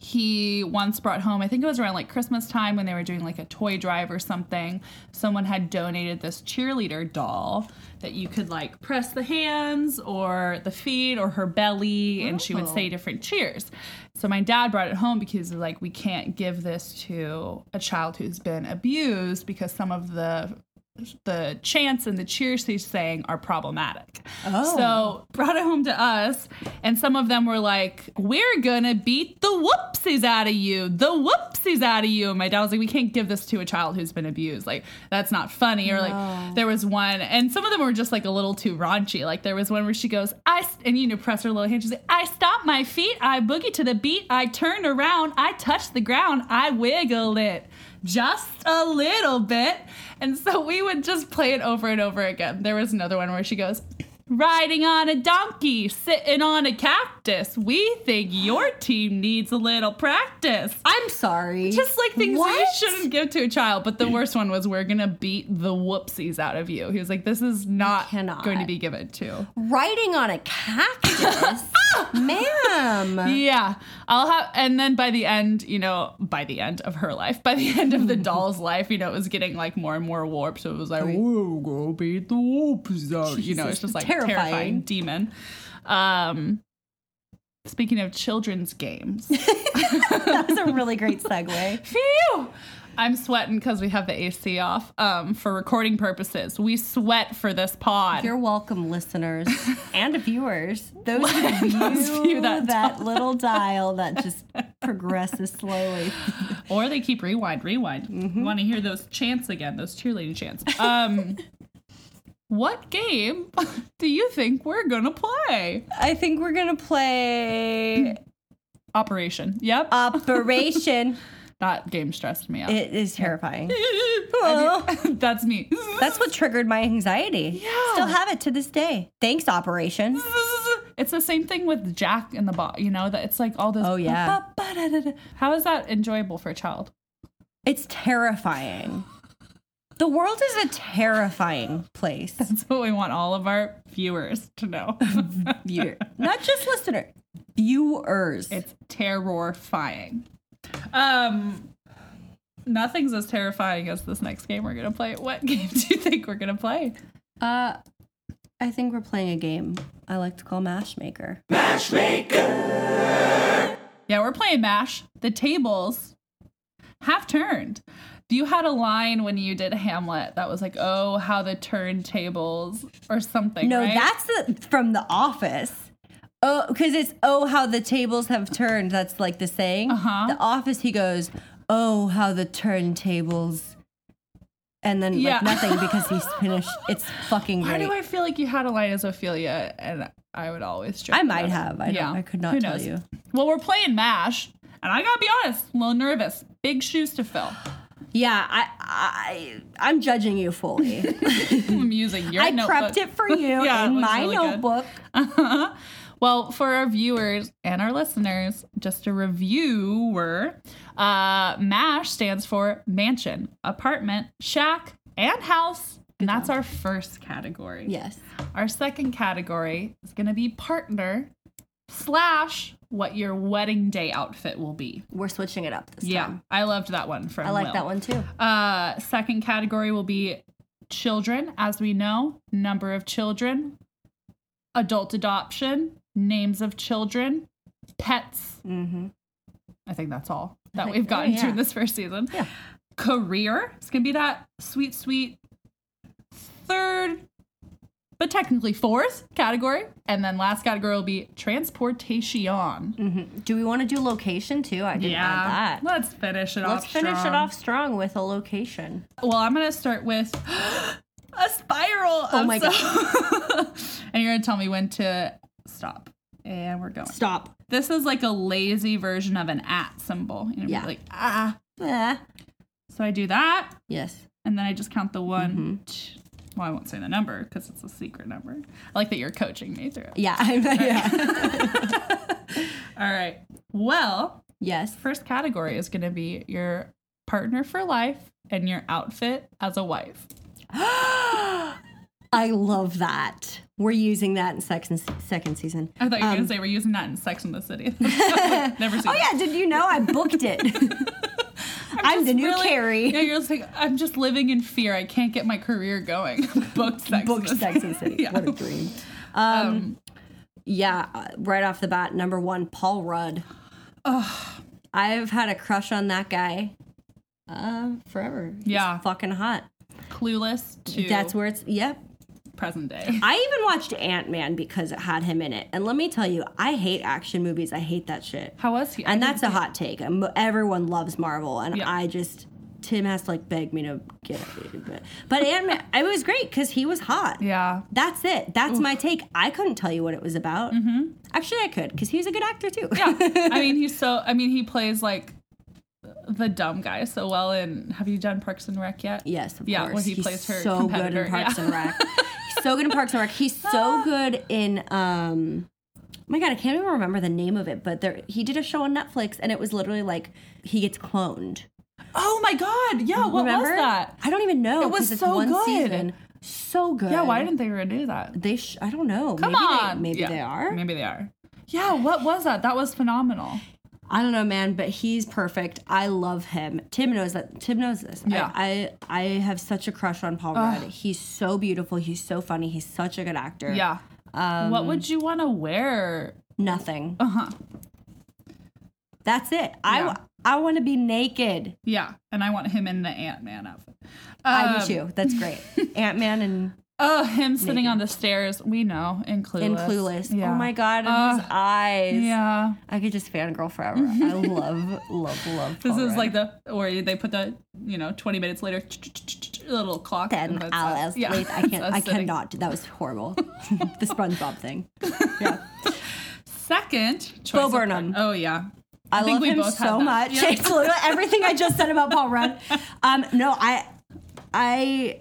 Speaker 1: he once brought home I think it was around like Christmas time when they were doing like a toy drive or something. Someone had donated this cheerleader doll that you could like press the hands or the feet or her belly, and she would
Speaker 3: Oh.
Speaker 1: say say different cheers. So my dad brought it home because like we can't give this to a child who's been abused because some of the the chants and the cheers he's saying are problematic.
Speaker 3: Oh.
Speaker 1: So brought it home to us and some of them were like, We're gonna beat the whoopsies out of you. The whoopsies out of you. And my dad was like, We can't give this to a child who's been abused. Like that's not funny. Or like there was one and some of them were just like a little too raunchy. Like there was one where she goes, I st-" and you know press her little hand, she's like, I stomp my feet, I boogie to the beat, I turn around, I touch the ground, I wiggle it. just a little bit. And so we would just play it over and over again. There was another one where she goes, Riding on a donkey, sitting on a cactus. We think your team needs a little practice.
Speaker 3: I'm sorry.
Speaker 1: Just like things
Speaker 3: What?
Speaker 1: you shouldn't give to a child. But the worst one was, We're going to beat the whoopsies out of you. He was like, This is not
Speaker 3: cannot.
Speaker 1: going to be given to.
Speaker 3: Writing on a cactus, ma'am.
Speaker 1: Yeah. I'll have and then by the end, you know, by the end of her life, by the end of the doll's life, you know, it was getting like more and more warped. So it was like, whoa, go beat the whoops out. You know,
Speaker 3: Jesus,
Speaker 1: it's just like
Speaker 3: terrifying.
Speaker 1: terrifying, demon. Um speaking of children's games.
Speaker 3: That was a really great segue.
Speaker 1: Phew! I'm sweating because we have the AC off. Um, for recording purposes. We sweat for this pod.
Speaker 3: You're welcome, listeners and viewers. Those
Speaker 1: Those
Speaker 3: who
Speaker 1: of
Speaker 3: view
Speaker 1: you
Speaker 3: that,
Speaker 1: that
Speaker 3: little dial that just progresses slowly.
Speaker 1: or they keep rewind, rewind.
Speaker 3: Mm-hmm.
Speaker 1: You want to hear those chants again, those cheerleading chants. Um, what game do you think we're gonna play?
Speaker 3: I think we're gonna play
Speaker 1: Operation. Yep.
Speaker 3: Uh, Operation.
Speaker 1: that game stressed me out.
Speaker 3: it is terrifying.
Speaker 1: That's me.
Speaker 3: That's what triggered my anxiety.
Speaker 1: Yeah.
Speaker 3: Still have it to this day. Thanks, Operation.
Speaker 1: It's the same thing with Jack and the Box. You know that it's like all those.
Speaker 3: Oh, yeah.
Speaker 1: ba-ba-ba-da-da-da. How is that enjoyable for a child?
Speaker 3: It's terrifying. The world is a terrifying place.
Speaker 1: That's what we want all of our viewers to know.
Speaker 3: Viewer. Not just listener, viewers.
Speaker 1: It's terrifying. Um, nothing's as terrifying as this next game we're gonna play. What game do you think we're gonna play?
Speaker 3: Uh, I think we're playing a game I like to call Mashmaker.
Speaker 1: Yeah, we're playing Mash. The tables have turned. You had a line when you did Hamlet that was like, "Oh, how the turntables" or something.
Speaker 3: No,
Speaker 1: right?
Speaker 3: that's the, from The Office. Oh, because it's oh how the tables have turned. That's like the saying.
Speaker 1: Uh-huh.
Speaker 3: The Office. He goes, oh how the turntables, and then
Speaker 1: Yeah.
Speaker 3: like nothing because he's finished. It's fucking
Speaker 1: Why
Speaker 3: great.
Speaker 1: do I feel like you had a line as Ophelia, and I would always joke.
Speaker 3: I
Speaker 1: about
Speaker 3: might
Speaker 1: it.
Speaker 3: have. I, don't- I could not
Speaker 1: Who
Speaker 3: tell
Speaker 1: knows?
Speaker 3: you.
Speaker 1: Well, we're playing Mash, and I gotta be honest, a little nervous. Big shoes to fill.
Speaker 3: Yeah, I, I I'm judging you fully.
Speaker 1: I'm using your
Speaker 3: I
Speaker 1: notebook.
Speaker 3: prepped it for you
Speaker 1: Yeah, it
Speaker 3: in
Speaker 1: looks
Speaker 3: my
Speaker 1: really good.
Speaker 3: notebook.
Speaker 1: well, for our viewers and our listeners, just a reviewer, uh, MASH stands for mansion, apartment, shack, and house. And that's our first category.
Speaker 3: Yes.
Speaker 1: Our second category is going to be partner slash what your wedding day outfit will be.
Speaker 3: We're switching it up this
Speaker 1: Yeah,
Speaker 3: time.
Speaker 1: I loved that one from
Speaker 3: I like
Speaker 1: Will.
Speaker 3: that one too.
Speaker 1: Uh, second category will be children, as we know, number of children, adult adoption, names of children, pets.
Speaker 3: Mm-hmm.
Speaker 1: I think that's all that
Speaker 3: think-
Speaker 1: we've gotten
Speaker 3: oh, yeah.
Speaker 1: to in this first season.
Speaker 3: Yeah.
Speaker 1: Career. It's going to be that sweet, sweet third, but technically fourth category. And then last category will be transportation.
Speaker 3: Mm-hmm. Do we want to do location too? I didn't add that.
Speaker 1: Let's finish it off.
Speaker 3: Let's finish it
Speaker 1: strong.
Speaker 3: off strong with a location.
Speaker 1: Well, I'm gonna start with a spiral.
Speaker 3: Oh my
Speaker 1: god! and you're gonna tell me when to stop, and we're going.
Speaker 3: Stop.
Speaker 1: This is like a lazy version of an at symbol. You know,
Speaker 3: Yeah.
Speaker 1: Like ah.
Speaker 3: Ah.
Speaker 1: So I do that,
Speaker 3: Yes.
Speaker 1: and then I just count the one.
Speaker 3: Mm-hmm.
Speaker 1: t- well, I won't say the number because it's a secret number. I like that you're coaching me through it.
Speaker 3: Yeah. yeah.
Speaker 1: All right. Well,
Speaker 3: yes.
Speaker 1: first category is gonna be your partner for life and your outfit as a wife.
Speaker 3: I love that. We're using that in second second season.
Speaker 1: I thought you were gonna say we're using that in Sex in the City. Never seen.
Speaker 3: Oh yeah, did you know I booked it? I'm, the new Carrie.
Speaker 1: Yeah, you're just like I'm just living in fear. I can't get my career going. Booked sex.
Speaker 3: Booked
Speaker 1: with-
Speaker 3: Sex and City.
Speaker 1: yeah.
Speaker 3: What a dream. Um, yeah, uh, right off the bat, number one, Paul Rudd. I've had a crush on that guy uh, forever. He's
Speaker 1: Yeah.
Speaker 3: fucking hot.
Speaker 1: Clueless to
Speaker 3: That's where it's. Yep.
Speaker 1: present day.
Speaker 3: I even watched Ant Man because it had him in it. And let me tell you, I hate action movies. I hate that shit.
Speaker 1: How was he?
Speaker 3: And that's a hot take. Um, Everyone loves Marvel, and
Speaker 1: Yeah.
Speaker 3: I just Tim has to like beg me to get it. But, but Ant Man, it was great because he was hot.
Speaker 1: yeah.
Speaker 3: That's it. That's my take. I couldn't tell you what it was about.
Speaker 1: Mm-hmm.
Speaker 3: Actually, I could because he was a good actor too.
Speaker 1: Yeah. I mean, he's so. I mean, he plays like the dumb guy so well in have you done Parks and Rec yet?
Speaker 3: Yes, of
Speaker 1: Yeah,
Speaker 3: course.
Speaker 1: well, he
Speaker 3: He's
Speaker 1: plays her
Speaker 3: so good
Speaker 1: competitor,
Speaker 3: in Parks
Speaker 1: yeah.
Speaker 3: and Rec. He's so good in Parks and Rec. He's so good in um oh my god, I can't even remember the name of it, but there he did a show on Netflix and it was literally like he gets cloned.
Speaker 1: Oh my god. Yeah, what
Speaker 3: remember?
Speaker 1: was that?
Speaker 3: I don't even know.
Speaker 1: It was
Speaker 3: 'cause it's
Speaker 1: so
Speaker 3: one
Speaker 1: good.
Speaker 3: season. So good.
Speaker 1: Yeah, why didn't they renew that?
Speaker 3: they sh- I don't know.
Speaker 1: Come
Speaker 3: maybe
Speaker 1: on.
Speaker 3: They, maybe
Speaker 1: Yeah,
Speaker 3: they are.
Speaker 1: Maybe they are. Yeah, what was that? That was phenomenal.
Speaker 3: I don't know, man, but he's perfect. I love him. Tim knows that. Tim knows this. I-
Speaker 1: Yeah.
Speaker 3: I I, have such a crush on Paul Rudd. He's so beautiful. He's so funny. He's such a good actor.
Speaker 1: Yeah.
Speaker 3: Um,
Speaker 1: what would you want to wear?
Speaker 3: Nothing.
Speaker 1: Uh huh.
Speaker 3: That's it. I
Speaker 1: Yeah.
Speaker 3: I want to be naked.
Speaker 1: Yeah, and I want him in the Ant Man outfit.
Speaker 3: I
Speaker 1: Um,
Speaker 3: do too. That's great. Ant Man and,
Speaker 1: Oh, him sitting on the stairs. We know in Clueless.
Speaker 3: and Clueless.
Speaker 1: Yeah.
Speaker 3: Oh my god, and his eyes.
Speaker 1: Yeah.
Speaker 3: I could just fangirl forever. I love, love, love.
Speaker 1: This
Speaker 3: Paul
Speaker 1: is
Speaker 3: Rudd.
Speaker 1: like the where they put the you know twenty minutes later little clock.
Speaker 3: Then
Speaker 1: and that's
Speaker 3: I'll
Speaker 1: us.
Speaker 3: ask
Speaker 1: Yeah,
Speaker 3: later. I
Speaker 1: that's
Speaker 3: can't.
Speaker 1: us
Speaker 3: I
Speaker 1: sitting.
Speaker 3: cannot. do- That was horrible. the SpongeBob thing. Yeah.
Speaker 1: Second, choice
Speaker 3: Bo
Speaker 1: of-
Speaker 3: Burnham.
Speaker 1: Oh yeah,
Speaker 3: I,
Speaker 1: think
Speaker 3: love
Speaker 1: we
Speaker 3: him
Speaker 1: both had
Speaker 3: so
Speaker 1: that.
Speaker 3: much.
Speaker 1: Yeah.
Speaker 3: It's literally everything I just said about Paul Rudd. Um, no, I, I,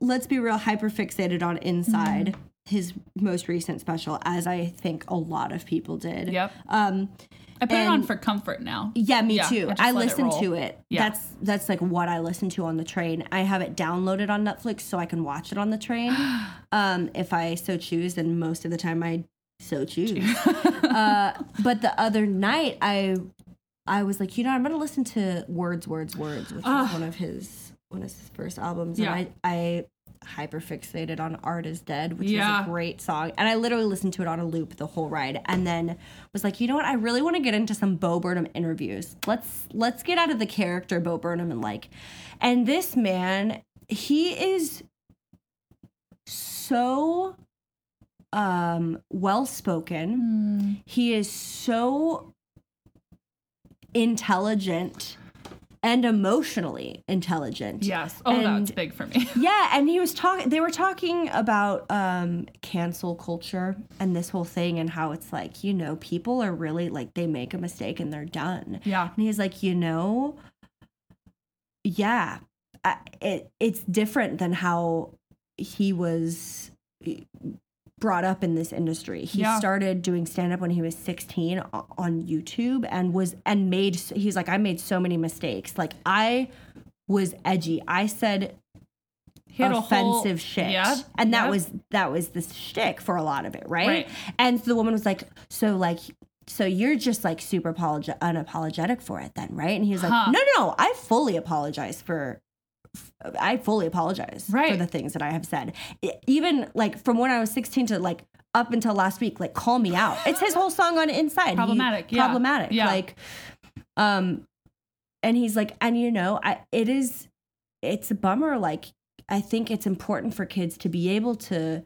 Speaker 3: let's be real, hyper fixated on Inside,
Speaker 1: Mm-hmm.
Speaker 3: his most recent special, as I think a lot of people did.
Speaker 1: Yep.
Speaker 3: Um,
Speaker 1: I put it
Speaker 3: And-
Speaker 1: on for comfort now.
Speaker 3: yeah, me
Speaker 1: Yeah,
Speaker 3: too.
Speaker 1: I just
Speaker 3: I,
Speaker 1: let it
Speaker 3: listen
Speaker 1: roll.
Speaker 3: to it.
Speaker 1: Yeah.
Speaker 3: That's that's like what I listen to on the train. I have it downloaded on Netflix so I can watch it on the train, um, if I so choose. And most of the time, I so choose. uh, but the other night, I I was like, you know, I'm gonna listen to Words, Words, Words, which was one of his one of his first albums,
Speaker 1: Yeah.
Speaker 3: and I I hyperfixated on Art Is Dead, which
Speaker 1: Yeah.
Speaker 3: is a great song, and I literally listened to it on a loop the whole ride, and then was like, you know what, I really want to get into some Bo Burnham interviews. Let's let's get out of the character Bo Burnham and like, and this man, he is so um well spoken he is so intelligent and emotionally intelligent.
Speaker 1: Yes. Oh,
Speaker 3: and,
Speaker 1: that's big for me.
Speaker 3: Yeah, and he was talking they were talking about um cancel culture and this whole thing and how it's like, you know, people are really like they make a mistake and they're done.
Speaker 1: yeah.
Speaker 3: And he's like, you know, yeah, I, it it's different than how he was eh, brought up in this industry. He
Speaker 1: Yeah.
Speaker 3: started doing stand up when he was 16 o- on YouTube and was and made s- he's like I made so many mistakes. Like I was edgy. I said
Speaker 1: He had a whole-
Speaker 3: offensive shit.
Speaker 1: Yeah.
Speaker 3: And that
Speaker 1: yeah.
Speaker 3: was that was the shtick for a lot of it, right?
Speaker 1: Right.
Speaker 3: And so the woman was like, so like so you're just like super apologi- unapologetic for it then, right? And he was like,
Speaker 1: Huh.
Speaker 3: no, no, I fully apologize for I fully apologize for
Speaker 1: Right.
Speaker 3: the things that I have said. E- Even like from when I was 16 to like up until last week, like call me out. It's his whole song on Inside. He-
Speaker 1: Problematic, yeah.
Speaker 3: Problematic.
Speaker 1: Yeah.
Speaker 3: Like um and he's like and you know, I it is it's a bummer like I think it's important for kids to be able to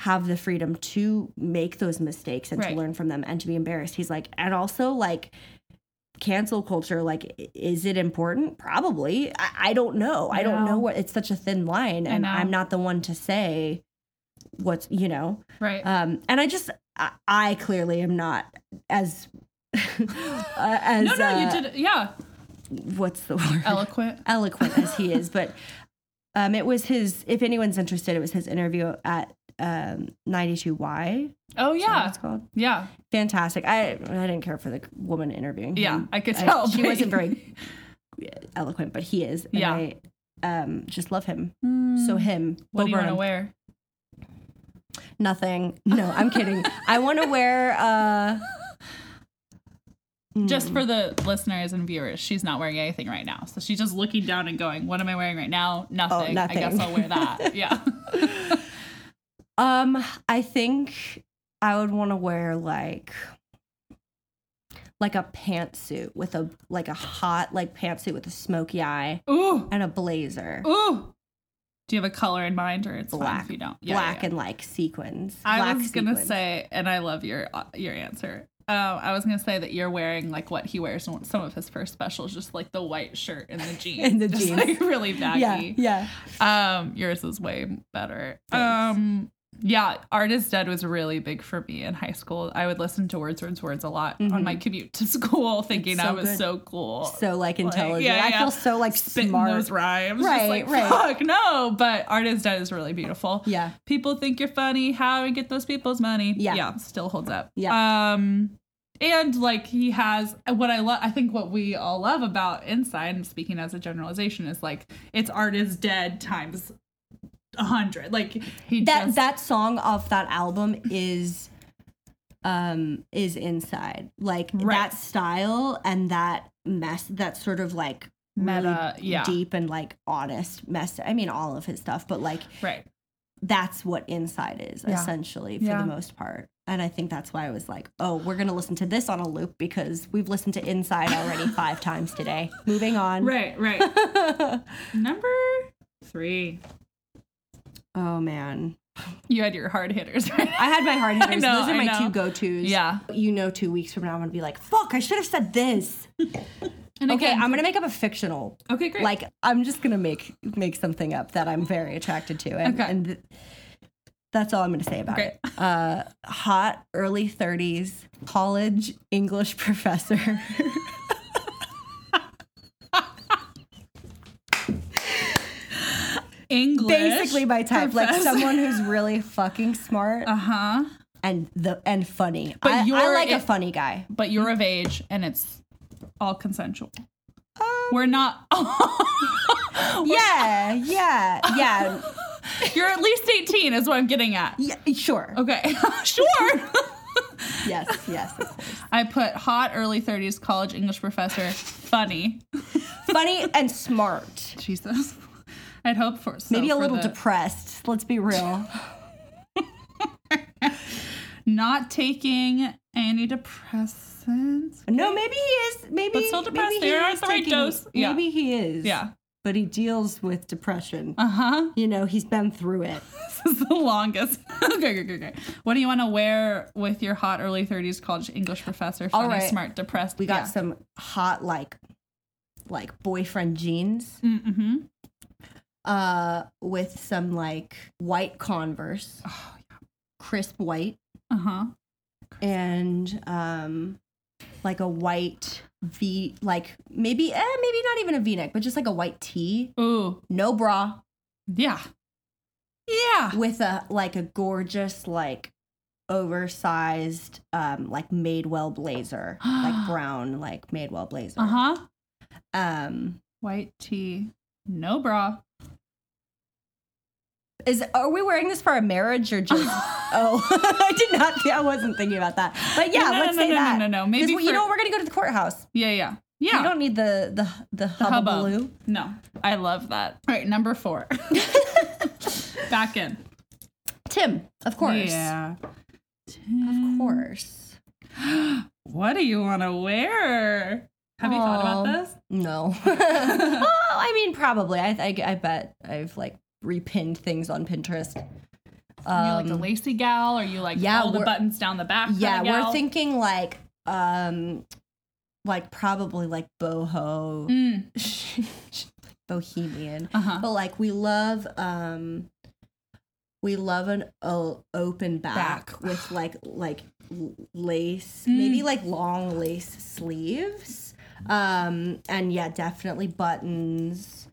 Speaker 3: have the freedom to make those mistakes and
Speaker 1: Right.
Speaker 3: to learn from them and to be embarrassed. He's like, and also like cancel culture, like, i- is it important? Probably. I, I don't know. I don't
Speaker 1: Yeah.
Speaker 3: know what it's such a thin line.
Speaker 1: I
Speaker 3: And
Speaker 1: know.
Speaker 3: I'm not the one to say what's, you know.
Speaker 1: right.
Speaker 3: Um, and I just, I, I clearly am not as, uh, as,
Speaker 1: no, no,
Speaker 3: uh,
Speaker 1: you did. Yeah,
Speaker 3: what's the word?
Speaker 1: eloquent.
Speaker 3: eloquent as he is, but um, it was his. If anyone's interested, it was his interview at um, 92Y.
Speaker 1: Oh yeah,
Speaker 3: It's called
Speaker 1: yeah,
Speaker 3: fantastic. I I didn't care for the woman interviewing.
Speaker 1: yeah.
Speaker 3: him.
Speaker 1: I could
Speaker 3: I-
Speaker 1: tell.
Speaker 3: she
Speaker 1: but-
Speaker 3: wasn't very eloquent, but he is. and
Speaker 1: Yeah. Hmm.
Speaker 3: I, um, just love him. So him.
Speaker 1: What
Speaker 3: Bo
Speaker 1: do you want to
Speaker 3: Burnham.
Speaker 1: wear?
Speaker 3: Nothing. No, I'm kidding. I want to wear. Uh, Mm.
Speaker 1: Just for the listeners and viewers, she's not wearing anything right now. So she's just looking down and going, "What am I wearing right now? Nothing.
Speaker 3: Oh, nothing.
Speaker 1: I guess I'll wear that." yeah.
Speaker 3: Um, I think I would want to wear like like a pantsuit with a like a hot like pantsuit with a smoky eye
Speaker 1: Ooh,
Speaker 3: and a blazer.
Speaker 1: ooh. Do you have a color in mind, or it's fine
Speaker 3: Black.
Speaker 1: if you don't?
Speaker 3: black
Speaker 1: yeah.
Speaker 3: and like sequins.
Speaker 1: I
Speaker 3: black
Speaker 1: was gonna
Speaker 3: sequins.
Speaker 1: say, and I love your uh, your answer. Um, I was gonna say that you're wearing like what he wears in some of his first specials, just like the white shirt and the jeans,
Speaker 3: And the
Speaker 1: just
Speaker 3: jeans.
Speaker 1: like really
Speaker 3: Yeah,
Speaker 1: baggy.
Speaker 3: yeah.
Speaker 1: Um, yours is way better. Um, Yeah, Art is Dead was really big for me in high school. I would listen to Words, Words, Words a lot on my commute to school, thinking
Speaker 3: Mm-hmm.
Speaker 1: I
Speaker 3: so
Speaker 1: was
Speaker 3: good.
Speaker 1: so cool.
Speaker 3: So like intelligent.
Speaker 1: yeah,
Speaker 3: I
Speaker 1: yeah.
Speaker 3: feel so like
Speaker 1: Spitting
Speaker 3: smart.
Speaker 1: those rhymes.
Speaker 3: Right,
Speaker 1: Just like,
Speaker 3: right.
Speaker 1: Fuck, no. But Art is Dead is really beautiful.
Speaker 3: Yeah.
Speaker 1: People think you're funny. How do we get those people's money?
Speaker 3: Yeah.
Speaker 1: Yeah, still holds up.
Speaker 3: Yeah.
Speaker 1: Um, and like he has what I love, I think what we all love about Inside, and speaking as a generalization, is like it's Art is Dead times a hundred. Like he
Speaker 3: that
Speaker 1: just
Speaker 3: that song off that album is um is inside like
Speaker 1: Right.
Speaker 3: that style and that mess that sort of like really
Speaker 1: Meta, yeah.
Speaker 3: deep and like honest mess i mean all of his stuff but like
Speaker 1: right.
Speaker 3: that's what inside is
Speaker 1: Yeah.
Speaker 3: essentially for
Speaker 1: Yeah.
Speaker 3: the most part and i think that's why i was like oh we're gonna listen to this on a loop because we've listened to inside already five times today moving on
Speaker 1: Right, right. Number three.
Speaker 3: oh man
Speaker 1: You had your hard hitters, right?
Speaker 3: i had my hard hitters
Speaker 1: know,
Speaker 3: those are
Speaker 1: I
Speaker 3: my
Speaker 1: know.
Speaker 3: two go-to's
Speaker 1: Yeah.
Speaker 3: you know two weeks from now i'm gonna be like fuck i should have said this
Speaker 1: And
Speaker 3: okay
Speaker 1: again-
Speaker 3: i'm gonna make up a fictional
Speaker 1: okay, great.
Speaker 3: like i'm just gonna make make something up that i'm very attracted to and,
Speaker 1: Okay.
Speaker 3: and th- that's all i'm gonna say about
Speaker 1: Great.
Speaker 3: it uh hot early 30s college english professor
Speaker 1: English.
Speaker 3: basically my type like
Speaker 1: professor.
Speaker 3: someone who's really fucking smart
Speaker 1: Uh-huh.
Speaker 3: and the and funny
Speaker 1: But
Speaker 3: I, I
Speaker 1: you're-
Speaker 3: like a
Speaker 1: it-
Speaker 3: funny guy
Speaker 1: But you're of age and it's all consensual.
Speaker 3: Um,
Speaker 1: We're not Oh
Speaker 3: yeah yeah yeah
Speaker 1: You're at least 18 is what I'm getting at.
Speaker 3: yeah sure
Speaker 1: Okay. sure.
Speaker 3: yes yes of course.
Speaker 1: I put hot early 30s college English professor funny.
Speaker 3: funny and smart
Speaker 1: Jesus. I'd hope for so
Speaker 3: Maybe a
Speaker 1: for
Speaker 3: little
Speaker 1: the-
Speaker 3: depressed. Let's be real.
Speaker 1: not taking antidepressants.
Speaker 3: No, maybe he is. Maybe
Speaker 1: But still depressed.
Speaker 3: Maybe he
Speaker 1: They aren't
Speaker 3: is
Speaker 1: the right
Speaker 3: taking-
Speaker 1: dose. Yeah.
Speaker 3: Maybe he is.
Speaker 1: Yeah.
Speaker 3: But he deals with depression.
Speaker 1: Uh-huh.
Speaker 3: You know, he's been through it.
Speaker 1: This is the longest. okay, okay, okay, okay. What do you want to wear with your hot early 30s college English professor? Funny,
Speaker 3: All right.
Speaker 1: smart, depressed.
Speaker 3: We got
Speaker 1: yeah.
Speaker 3: some hot like, like boyfriend jeans.
Speaker 1: Mm-hmm.
Speaker 3: Uh, with some like white Converse, crisp white,
Speaker 1: Uh-huh.
Speaker 3: and um, like a white V, like maybe eh, maybe not even a V neck, but just like a white tee,
Speaker 1: Ooh.
Speaker 3: no bra,
Speaker 1: Yeah. Yeah.
Speaker 3: with a like a gorgeous like oversized um like Madewell blazer, like brown like Madewell blazer.
Speaker 1: Uh-huh.
Speaker 3: Um
Speaker 1: White tee. No bra.
Speaker 3: is are we wearing this for a marriage or just Oh, I did not I wasn't thinking about that. But yeah,
Speaker 1: No, no,
Speaker 3: let's
Speaker 1: no,
Speaker 3: say
Speaker 1: no, no,
Speaker 3: that.
Speaker 1: no, no. Maybe
Speaker 3: 'Cause we- you
Speaker 1: for-
Speaker 3: know what? we're going to go to the courthouse.
Speaker 1: Yeah, yeah.
Speaker 3: We
Speaker 1: Yeah.
Speaker 3: don't need the the the,
Speaker 1: The
Speaker 3: hubba baloo.
Speaker 1: No. I love that. All right, number four. Back in.
Speaker 3: Tim, of course.
Speaker 1: Yeah.
Speaker 3: Of course.
Speaker 1: What do you want to wear? Have you thought about
Speaker 3: Aw.
Speaker 1: this?
Speaker 3: No. oh, I mean, probably. I, I I bet I've like repinned things on Pinterest.
Speaker 1: you like the lacy gal? Or you like
Speaker 3: um, yeah,
Speaker 1: all the
Speaker 3: we're-
Speaker 1: buttons down the back? kinda
Speaker 3: yeah we're
Speaker 1: gal?
Speaker 3: thinking like um like probably like boho
Speaker 1: Mm.
Speaker 3: bohemian
Speaker 1: Uh-huh.
Speaker 3: but like we love um we love an o- open back,
Speaker 1: Back. Mm.
Speaker 3: with like like l- lace maybe like long lace sleeves um and yeah definitely buttons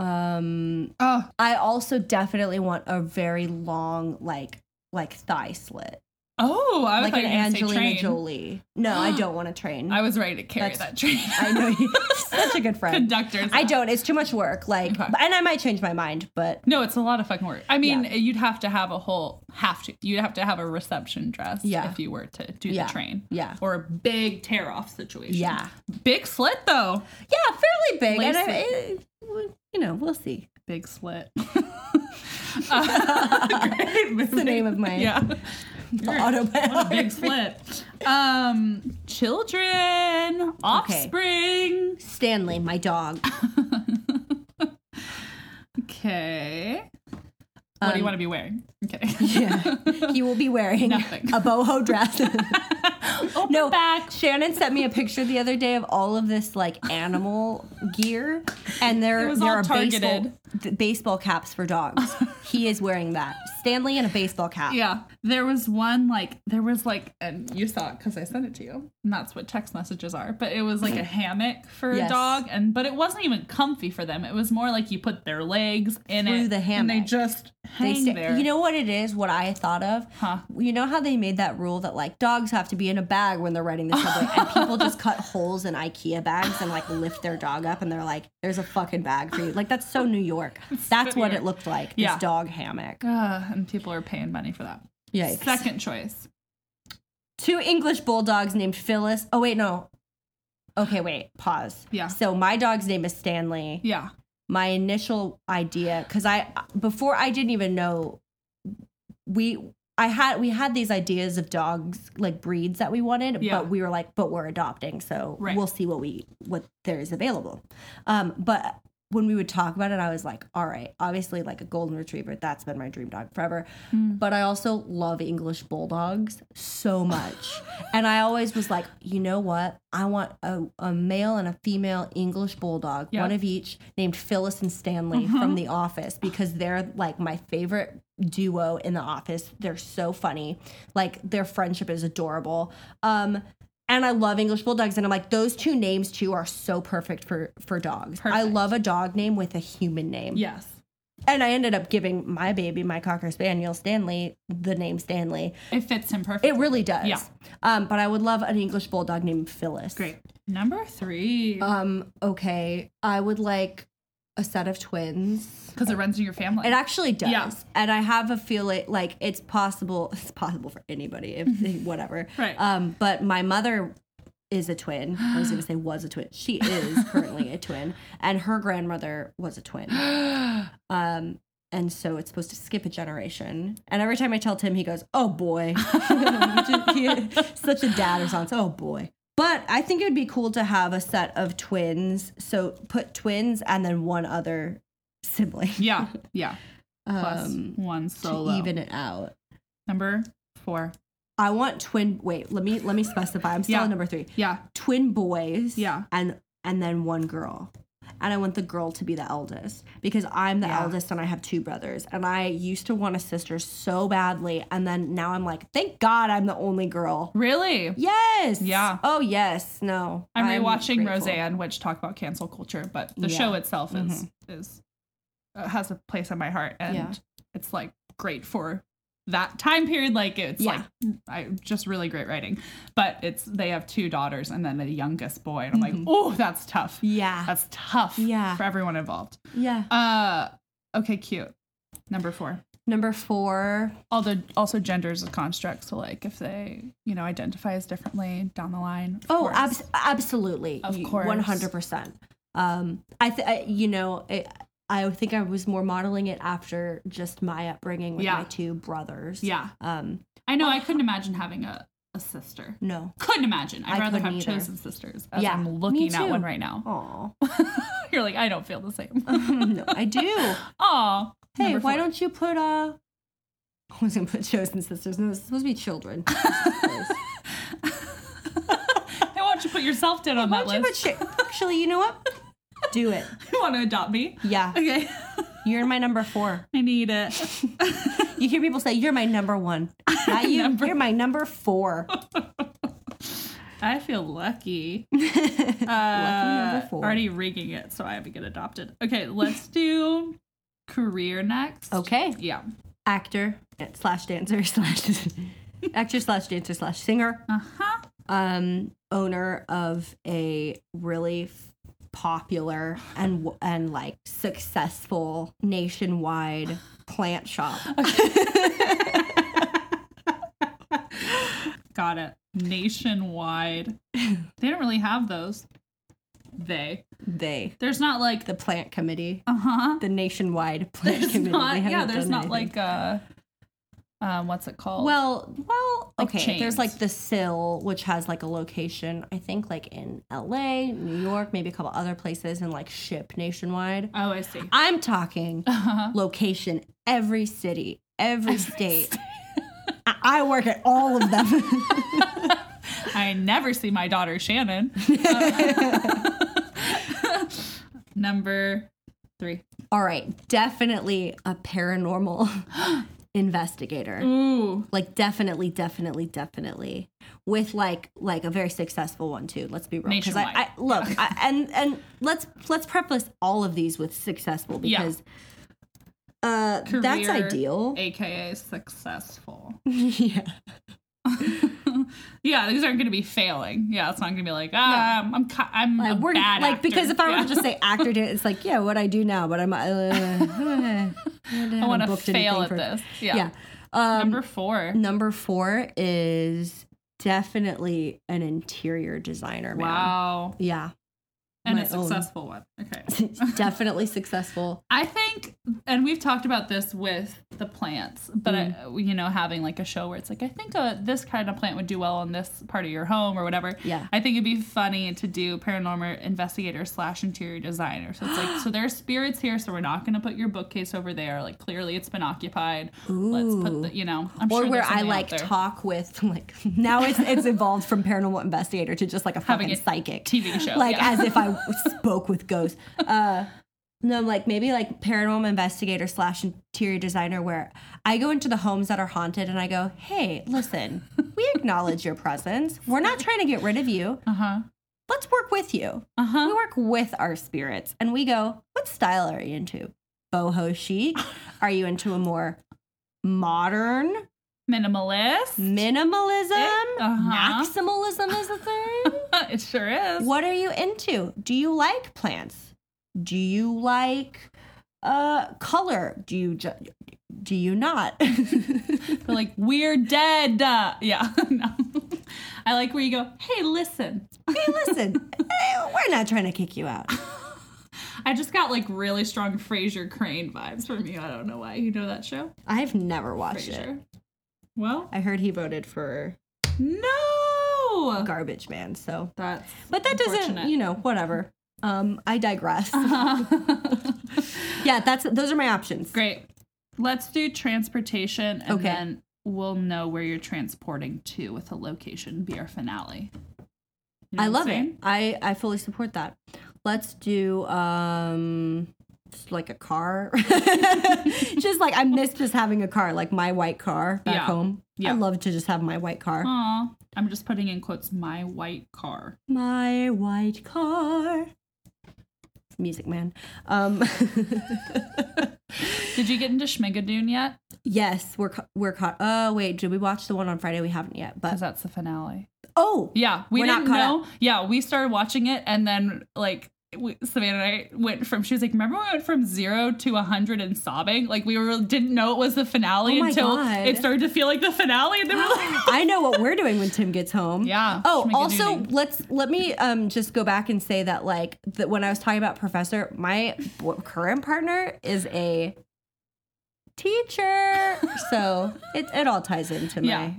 Speaker 3: um
Speaker 1: Oh,
Speaker 3: i also definitely want a very long like like thigh slit
Speaker 1: oh, I was
Speaker 3: like
Speaker 1: like
Speaker 3: an Angelina
Speaker 1: train.
Speaker 3: Jolie. No, I don't want to train.
Speaker 1: I
Speaker 3: I,
Speaker 1: was ready to carry
Speaker 3: That's-
Speaker 1: that train.
Speaker 3: know you such a good friend.
Speaker 1: Conductors.
Speaker 3: I don't. It's too much work. Like,
Speaker 1: Okay.
Speaker 3: but- and I might change my mind, but
Speaker 1: No, it's a lot of fucking work. I mean,
Speaker 3: Yeah.
Speaker 1: you'd have to have a whole have to. You'd have to have a reception dress
Speaker 3: Yeah.
Speaker 1: if you were to do
Speaker 3: Yeah.
Speaker 1: the train.
Speaker 3: Yeah.
Speaker 1: Or a big tear off situation.
Speaker 3: Yeah.
Speaker 1: Big slit though.
Speaker 3: yeah, fairly big. And I,
Speaker 1: Lacy.
Speaker 3: eh, you know, we'll see.
Speaker 1: Big slit. Uh, great
Speaker 3: That's the name of my
Speaker 1: Yeah. What a
Speaker 3: autobiography.
Speaker 1: big slit. Um, children, offspring.
Speaker 3: Stanley, my dog.
Speaker 1: Okay. What do you
Speaker 3: Um,
Speaker 1: want to be wearing? Okay.
Speaker 3: Yeah, he will be wearing
Speaker 1: Nothing.
Speaker 3: a boho dress.
Speaker 1: Open
Speaker 3: no,
Speaker 1: back.
Speaker 3: Shannon sent me a picture the other day of all of this like animal gear, and there
Speaker 1: was
Speaker 3: there
Speaker 1: all
Speaker 3: are baseball,
Speaker 1: targeted.
Speaker 3: th- baseball caps for dogs. he is wearing that. Stanley in a baseball cap.
Speaker 1: Yeah. There was one like there was like and you saw it because I sent it to you. And that's what text messages are. But it was like a hammock for
Speaker 3: Yes.
Speaker 1: a dog and but it wasn't even comfy for them. It was more like you put their legs in
Speaker 3: Through
Speaker 1: it
Speaker 3: the
Speaker 1: and they
Speaker 3: hammock.
Speaker 1: just
Speaker 3: They
Speaker 1: hang
Speaker 3: sta-
Speaker 1: there.
Speaker 3: You know what it is? What I thought of?
Speaker 1: Huh.
Speaker 3: You know how they made that rule that like dogs have to be in a bag when they're riding the subway, and people just cut holes in IKEA bags and like lift their dog up, and they're like, "There's a fucking bag for you." Like that's so New York. That's
Speaker 1: New
Speaker 3: what
Speaker 1: York.
Speaker 3: it looked like.
Speaker 1: Yeah.
Speaker 3: This dog hammock.
Speaker 1: Ugh, and people are paying money for that.
Speaker 3: Yikes.
Speaker 1: Second choice.
Speaker 3: Two English bulldogs named Phyllis. Oh wait, no. Okay, wait. Pause.
Speaker 1: Yeah.
Speaker 3: So my dog's name is Stanley.
Speaker 1: Yeah.
Speaker 3: my initial idea because i before i didn't even know we i had we had these ideas of dogs like breeds that we wanted
Speaker 1: Yeah.
Speaker 3: but we were like but we're adopting so
Speaker 1: Right.
Speaker 3: we'll see what we what there is available um but when we would talk about it i was like all right obviously like a golden retriever that's been my dream dog forever but i also love english bulldogs so much and i always was like you know what i want a, a male and a female english bulldog
Speaker 1: Yeah.
Speaker 3: one of each named Phyllis and Stanley from The Office because they're like my favorite duo in The Office. They're so funny. Like their friendship is adorable. Um and I love English bulldogs and I'm like those two names too are so perfect for for dogs. I
Speaker 1: Perfect.
Speaker 3: love a dog name with a human name.
Speaker 1: Yes.
Speaker 3: And I ended up giving my baby, my cocker spaniel Stanley, the name Stanley.
Speaker 1: It fits him perfectly.
Speaker 3: It really does.
Speaker 1: Yeah.
Speaker 3: Um but I would love an English bulldog named Phyllis.
Speaker 1: Great. Number three.
Speaker 3: Um okay, I would like a set of twins.
Speaker 1: Because it runs in your family.
Speaker 3: It actually does.
Speaker 1: Yeah.
Speaker 3: And I have a feeling like it's possible it's possible for anybody if they- whatever.
Speaker 1: Mm-hmm. Right.
Speaker 3: Um but my mother is a twin. I was gonna say was a twin. She is currently a twin. And her grandmother was a twin. Um and so it's supposed to skip a generation. And every time I tell Tim, he goes, "Oh boy," Which is- he- such a dad or something. Oh boy. But I think it would be cool to have a set of twins. So put twins and then one other sibling
Speaker 1: yeah. Yeah. Plus
Speaker 3: um,
Speaker 1: one solo.
Speaker 3: to even it out.
Speaker 1: Number four.
Speaker 3: I want twin. Wait, let me let me specify. I'm still
Speaker 1: Yeah.
Speaker 3: on number three.
Speaker 1: Yeah.
Speaker 3: Twin boys.
Speaker 1: Yeah.
Speaker 3: and and then one girl. And I want the girl to be the eldest because I'm the
Speaker 1: Yeah.
Speaker 3: eldest and I have two brothers. And I used to want a sister so badly. And then now I'm like, thank God I'm the only girl.
Speaker 1: Really?
Speaker 3: Yes.
Speaker 1: Yeah.
Speaker 3: Oh, yes. No.
Speaker 1: I'm rewatching
Speaker 3: grateful.
Speaker 1: Roseanne, which talk about cancel culture, but the
Speaker 3: Yeah. Mm-hmm.
Speaker 1: show itself is is uh, has a place in my heart, and
Speaker 3: Yeah.
Speaker 1: it's like great for that time period. Like it's
Speaker 3: Yeah.
Speaker 1: like I just really great writing, but it's they have two daughters and then the youngest boy, and I'm like, oh, that's tough.
Speaker 3: Mm-hmm. Yeah.
Speaker 1: That's tough.
Speaker 3: Yeah.
Speaker 1: for everyone involved.
Speaker 3: yeah.
Speaker 1: Uh, okay, cute. Number four.
Speaker 3: Number four.
Speaker 1: Although also gender is a construct, so like if they you know identify as differently down the line. of
Speaker 3: Oh,
Speaker 1: course.
Speaker 3: abs- absolutely.
Speaker 1: Of
Speaker 3: You-
Speaker 1: course.
Speaker 3: 100%. Um, I, th- I you know, it, I think I was more modeling it after just my upbringing with
Speaker 1: Yeah.
Speaker 3: my two brothers.
Speaker 1: yeah.
Speaker 3: Um,
Speaker 1: I know I couldn't imagine having a, a sister.
Speaker 3: no.
Speaker 1: Couldn't imagine. I'd
Speaker 3: I
Speaker 1: rather have
Speaker 3: couldn't either.
Speaker 1: chosen sisters. As
Speaker 3: Yeah,
Speaker 1: I'm
Speaker 3: me
Speaker 1: looking at
Speaker 3: too.
Speaker 1: one right now.
Speaker 3: Aw.
Speaker 1: You're like, I don't feel the same.
Speaker 3: no, I do.
Speaker 1: Aw.
Speaker 3: Hey,
Speaker 1: Number
Speaker 3: why
Speaker 1: four.
Speaker 3: don't you put uh I was gonna put chosen sisters. No, it's supposed to be children. why
Speaker 1: Hey, why don't you put yourself down on that
Speaker 3: don't you put
Speaker 1: list?
Speaker 3: chi- actually, you know what? Do it.
Speaker 1: You want to adopt me?
Speaker 3: Yeah.
Speaker 1: Okay.
Speaker 3: You're my number four.
Speaker 1: I need it.
Speaker 3: You hear people say, You're my number one. Not you.
Speaker 1: Number-
Speaker 3: You're my number four.
Speaker 1: I feel lucky.
Speaker 3: number
Speaker 1: Uh,
Speaker 3: four.
Speaker 1: Already rigging it so I have to get adopted. Okay, let's do career next.
Speaker 3: Okay.
Speaker 1: Yeah.
Speaker 3: actor slash dancer slash actor slash dancer slash singer
Speaker 1: Uh huh.
Speaker 3: um owner of a really f- popular and w- and like successful nationwide plant shop
Speaker 1: Got it. Nationwide. they don't really have those. They.
Speaker 3: they
Speaker 1: There's not like
Speaker 3: the plant committee
Speaker 1: Uh huh.
Speaker 3: the nationwide plant
Speaker 1: There's
Speaker 3: committee
Speaker 1: not.
Speaker 3: They
Speaker 1: Yeah,
Speaker 3: haven't
Speaker 1: there's
Speaker 3: done
Speaker 1: not
Speaker 3: anything.
Speaker 1: like a. Um, what's it called?
Speaker 3: well well
Speaker 1: Like
Speaker 3: okay
Speaker 1: chains.
Speaker 3: there's like the sill which has like a location i think like in la new york maybe a couple other places and like ship nationwide
Speaker 1: oh, I see.
Speaker 3: I'm talking
Speaker 1: Uh-huh.
Speaker 3: location, every city, every state. I I work at all of them.
Speaker 1: I never see my daughter Shannon. Uh, Number three.
Speaker 3: all right, definitely a paranormal investigator.
Speaker 4: Ooh.
Speaker 3: Like definitely, definitely, definitely, with like like a very successful one too. Let's be real, because I, I
Speaker 1: Nationwide.
Speaker 3: look I, and and let's let's preface all of these with successful
Speaker 1: Yeah.
Speaker 3: because uh, that's
Speaker 1: Career,
Speaker 3: ideal.
Speaker 1: aka successful.
Speaker 3: yeah,
Speaker 1: yeah, these aren't going to be failing. Yeah, it's not going to be like um, I'm ki- I'm
Speaker 3: like,
Speaker 1: a
Speaker 3: we're,
Speaker 1: bad
Speaker 3: like
Speaker 1: actor."
Speaker 3: because if I were
Speaker 1: Yeah.
Speaker 3: to just say actor, do- it's like yeah, what I do now, but I'm uh, I
Speaker 1: I want to
Speaker 3: booked anything
Speaker 1: fail at
Speaker 3: for-
Speaker 1: this. Yeah.
Speaker 3: Yeah. Um,
Speaker 1: Number four.
Speaker 3: Number four is definitely an interior designer. man.
Speaker 1: Wow.
Speaker 3: Yeah.
Speaker 1: And
Speaker 3: my
Speaker 1: a successful one. Okay.
Speaker 3: definitely successful.
Speaker 1: I think, and we've talked about this with the plants, but
Speaker 3: Mm-hmm.
Speaker 1: I, you know, having like a show where it's like, I think uh this kind of plant would do well in this part of your home or whatever.
Speaker 3: Yeah.
Speaker 1: I think it'd be funny to do paranormal investigator slash interior designer. So it's like, so there's spirits here, so we're not going to put your bookcase over there. Like clearly it's been occupied. Let's put the, you know, I'm
Speaker 3: Or
Speaker 1: sure
Speaker 3: where
Speaker 1: there's
Speaker 3: I
Speaker 1: something out
Speaker 3: like
Speaker 1: there.
Speaker 3: talk with like now it's it's evolved from paranormal investigator to just like a
Speaker 1: Having
Speaker 3: fucking
Speaker 1: a
Speaker 3: psychic
Speaker 1: TV show,
Speaker 3: like
Speaker 1: yeah.
Speaker 3: as if I spoke with ghosts. Uh, no, like maybe like paranormal investigator slash interior designer where I go into the homes that are haunted and I go, hey, listen, we acknowledge your presence. We're not trying to get rid of you.
Speaker 1: Uh huh.
Speaker 3: Let's work with you.
Speaker 1: Uh huh.
Speaker 3: We work with our spirits and we go, what style are you into? Boho chic? Are you into a more modern
Speaker 1: Minimalist.
Speaker 3: minimalism?
Speaker 1: Uh-huh.
Speaker 3: Maximalism is a thing?
Speaker 1: it sure is.
Speaker 3: what are you into? Do you like plants? Do you like uh color? Do you ju- do you not?
Speaker 1: They're like, we're dead. Uh, yeah. no. I like where you go, hey, listen,
Speaker 3: hey, listen. eh, We're not trying to kick you out.
Speaker 1: I just got like really strong Fraser Crane vibes from you. I don't know why. You know that show?
Speaker 3: I've never watched it.
Speaker 1: Frasier. Well,
Speaker 3: I heard he voted for
Speaker 1: no.
Speaker 3: Garbage Man, so
Speaker 1: That's
Speaker 3: but that doesn't,
Speaker 1: Unfortunate.
Speaker 3: you know, whatever. Um, I digress.
Speaker 1: uh,
Speaker 3: Yeah, that's those are my options.
Speaker 1: great. Let's do transportation and
Speaker 3: Okay.
Speaker 1: then we'll know where you're transporting to with a location be our finale. You know
Speaker 3: I
Speaker 1: what I'm
Speaker 3: love it.
Speaker 1: saying?
Speaker 3: I I fully support that. Let's do um just like a car. just like I miss just having a car, like my white car back
Speaker 1: Yeah.
Speaker 3: home.
Speaker 1: Yeah.
Speaker 3: I love to just have my white car.
Speaker 1: Aw, I'm just putting in quotes, my white car.
Speaker 3: My white car. Music man. Um
Speaker 1: Did you get into Schmigadoon yet?
Speaker 3: yes, we're ca- we're caught. Oh wait, did we watch the one on Friday? We haven't yet.
Speaker 1: Because
Speaker 3: But
Speaker 1: that's the finale.
Speaker 3: oh,
Speaker 1: Yeah, we
Speaker 3: We're not
Speaker 1: didn't
Speaker 3: caught
Speaker 1: know. Yeah, we started watching it, and then like we, Savannah and I went from she was like, remember when we went from zero to a hundred and sobbing? Like we were didn't know it was the finale
Speaker 3: Oh my
Speaker 1: until
Speaker 3: God.
Speaker 1: it started to feel like the finale, and then we're like,
Speaker 3: I know what we're doing when Tim gets home.
Speaker 1: Yeah,
Speaker 3: Oh,
Speaker 1: schmigadooding.
Speaker 3: also let's let me um just go back and say that like that when I was talking about professor, my bo- current partner is a teacher, so it it all ties into
Speaker 1: Yeah.
Speaker 3: my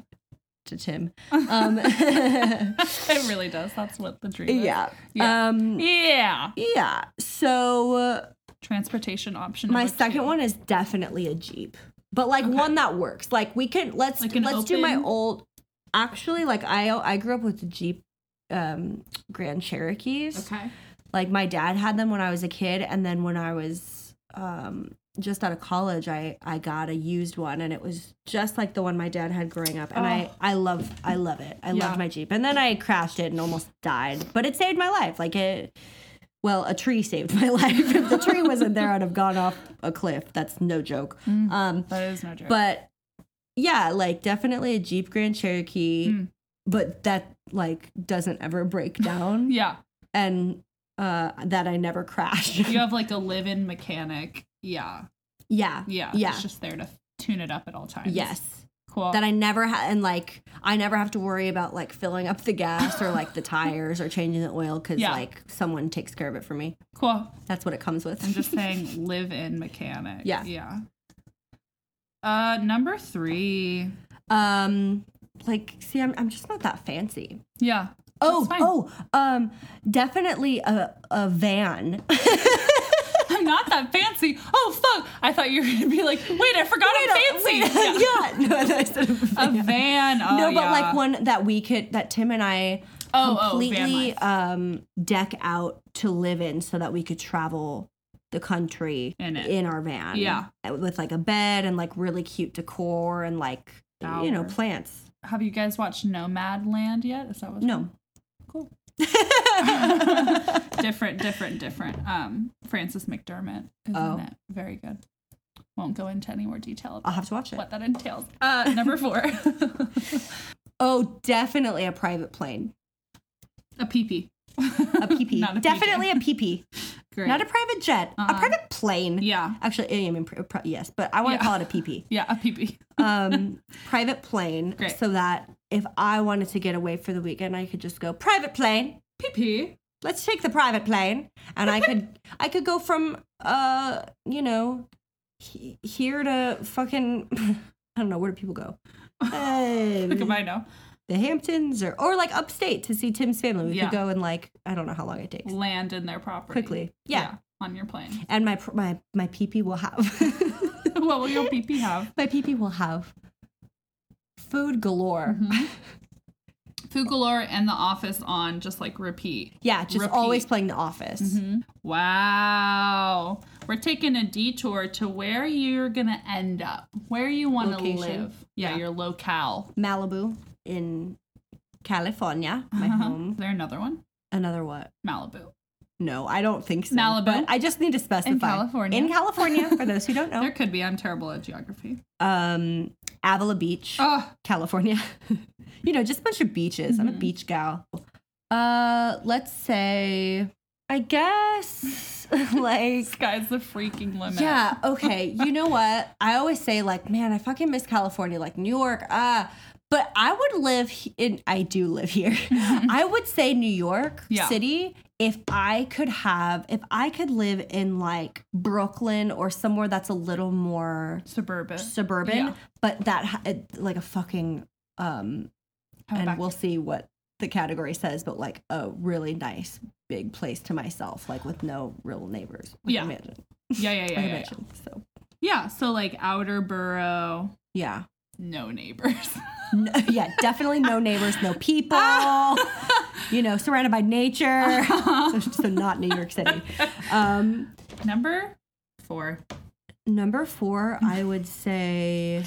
Speaker 3: to Tim. Um, yeah.
Speaker 1: it really does. That's what the dream. Is. Yeah.
Speaker 3: Um,
Speaker 1: yeah.
Speaker 3: yeah. So uh,
Speaker 1: Transportation option.
Speaker 3: my
Speaker 1: number
Speaker 3: second
Speaker 1: two.
Speaker 3: one is definitely a jeep, but like one that works. Like we can let's
Speaker 1: Like an
Speaker 3: let's do my
Speaker 1: open-
Speaker 3: old. Actually, like I I grew up with the jeep, um, Grand Cherokees.
Speaker 1: Okay.
Speaker 3: Like my dad had them when I was a kid, and then when I was um just out of college, I I got a used one, and it was just like the one my dad had growing up, and I I love I love it. I
Speaker 1: Yeah.
Speaker 3: love my jeep, and then I crashed it and almost died, but it saved my life. Like it well, a tree saved my life. if the tree wasn't there, I'd have gone off a cliff. That's no joke.
Speaker 1: Mm.
Speaker 3: Um,
Speaker 1: Uh, That is no joke.
Speaker 3: but yeah, like definitely a Jeep Grand Cherokee, but that like doesn't ever break down,
Speaker 1: yeah,
Speaker 3: and uh, that I never crash.
Speaker 1: you have like a live-in mechanic. Yeah.
Speaker 3: yeah,
Speaker 1: Yeah.
Speaker 3: yeah,
Speaker 1: It's just there to tune it up at all times.
Speaker 3: yes.
Speaker 1: Cool.
Speaker 3: That I never ha and like I never have to worry about like filling up the gas or like the tires or changing the oil because
Speaker 1: Yeah.
Speaker 3: like someone takes care of it for me.
Speaker 1: cool.
Speaker 3: That's what it comes with.
Speaker 1: I'm just saying live in mechanic.
Speaker 3: Yeah.
Speaker 1: Yeah. Uh number three.
Speaker 3: um, like see, I'm I'm just not that fancy.
Speaker 1: Yeah.
Speaker 3: Oh,
Speaker 1: That's fine.
Speaker 3: oh, um, definitely a a van.
Speaker 1: I'm not that fancy. Oh fuck. I thought you were gonna be like, wait, I forgot I'm fancy.
Speaker 3: Wait,
Speaker 1: Yeah.
Speaker 3: yeah, no, I said a van.
Speaker 1: A van. Oh,
Speaker 3: no, but
Speaker 1: yeah.
Speaker 3: like one that we could that Tim and I
Speaker 1: Oh, oh, van
Speaker 3: completely um deck out to live in so that we could travel the country
Speaker 1: In it.
Speaker 3: our van. Uh,
Speaker 1: Yeah.
Speaker 3: With like a bed and like really cute decor and like you know,
Speaker 1: Our-
Speaker 3: plants.
Speaker 1: Have you guys watched Nomad Land yet? Is that what?
Speaker 3: No.
Speaker 1: Cool.
Speaker 3: oh,
Speaker 1: different, different, different. Um, Francis McDermott is
Speaker 3: Oh.
Speaker 1: in it. Very good. Won't go into any more detail
Speaker 3: I'll
Speaker 1: about
Speaker 3: have to watch it.
Speaker 1: what that entails. Uh, number four,
Speaker 3: Oh, definitely a private plane.
Speaker 1: a peepee.
Speaker 3: A PP.
Speaker 1: Not a
Speaker 3: definitely a PP.
Speaker 1: Great.
Speaker 3: Not a private jet. A
Speaker 1: Uh-uh.
Speaker 3: private plane.
Speaker 1: yeah,
Speaker 3: Actually, I mean, pr- pr- yes, but I want to
Speaker 1: Yeah.
Speaker 3: call it a PP.
Speaker 1: yeah, a peepee.
Speaker 3: Um, private plane,
Speaker 1: Great.
Speaker 3: so that if I wanted to get away for the weekend, I could just go private plane.
Speaker 1: Peepee.
Speaker 3: Let's take the private plane, and I could I could go from uh you know he- here to fucking I don't know where do people go. Um,
Speaker 1: Look at my now.
Speaker 3: the Hamptons or or like upstate to see Tim's family. We
Speaker 1: Yeah.
Speaker 3: could go in like I don't know how long it takes.
Speaker 1: Land in their property
Speaker 3: Quickly. Yeah.
Speaker 1: on your plane.
Speaker 3: And my pr- my my PP will have
Speaker 1: what will your peepee have?
Speaker 3: my PP will have food galore.
Speaker 1: Mm-hmm. Food galore and The Office on just like repeat.
Speaker 3: Yeah, just
Speaker 1: Repeat. Mm-hmm.
Speaker 3: always playing The Office.
Speaker 1: Wow. We're taking a detour to where you're going to end up, where you want to
Speaker 3: Location.
Speaker 1: live. Yeah,
Speaker 3: Yeah.
Speaker 1: your locale.
Speaker 3: Malibu in California, my
Speaker 1: Uh-huh. Is
Speaker 3: home.
Speaker 1: there another one?
Speaker 3: Another what?
Speaker 1: Malibu.
Speaker 3: No, I don't think so.
Speaker 1: Malibu?
Speaker 3: But I just need to specify
Speaker 1: California.
Speaker 3: In California, for those who don't know,
Speaker 1: There could be. I'm terrible at geography.
Speaker 3: um, Avila Beach,
Speaker 1: Oh,
Speaker 3: California. you know, just a bunch of beaches.
Speaker 1: Mm-hmm.
Speaker 3: I'm a beach gal. Uh, let's say, I guess, like
Speaker 1: sky's the freaking limit.
Speaker 3: Yeah, okay. You know what? I always say like, man, I fucking miss California, like New York. Ah, but I would live he- in I do live here. I would say New York
Speaker 1: Mm-hmm. Yeah.
Speaker 3: City if I could have if I could live in like Brooklyn or somewhere that's a little more
Speaker 1: Suburban.
Speaker 3: suburban,
Speaker 1: Yeah.
Speaker 3: but that ha- it- like a fucking um
Speaker 1: How
Speaker 3: and
Speaker 1: about-
Speaker 3: we'll see what the category says, but like a really nice big place to myself, like with no real neighbors. like
Speaker 1: Yeah.
Speaker 3: a mansion,
Speaker 1: yeah, yeah, yeah,
Speaker 3: like a
Speaker 1: yeah, yeah.
Speaker 3: mansion, So
Speaker 1: Yeah, so like outer borough,
Speaker 3: yeah.
Speaker 1: no neighbors.
Speaker 3: No, yeah, definitely no neighbors, no people. you know, surrounded by nature. so, so not New York City. Um,
Speaker 1: Number four.
Speaker 3: number four, I would say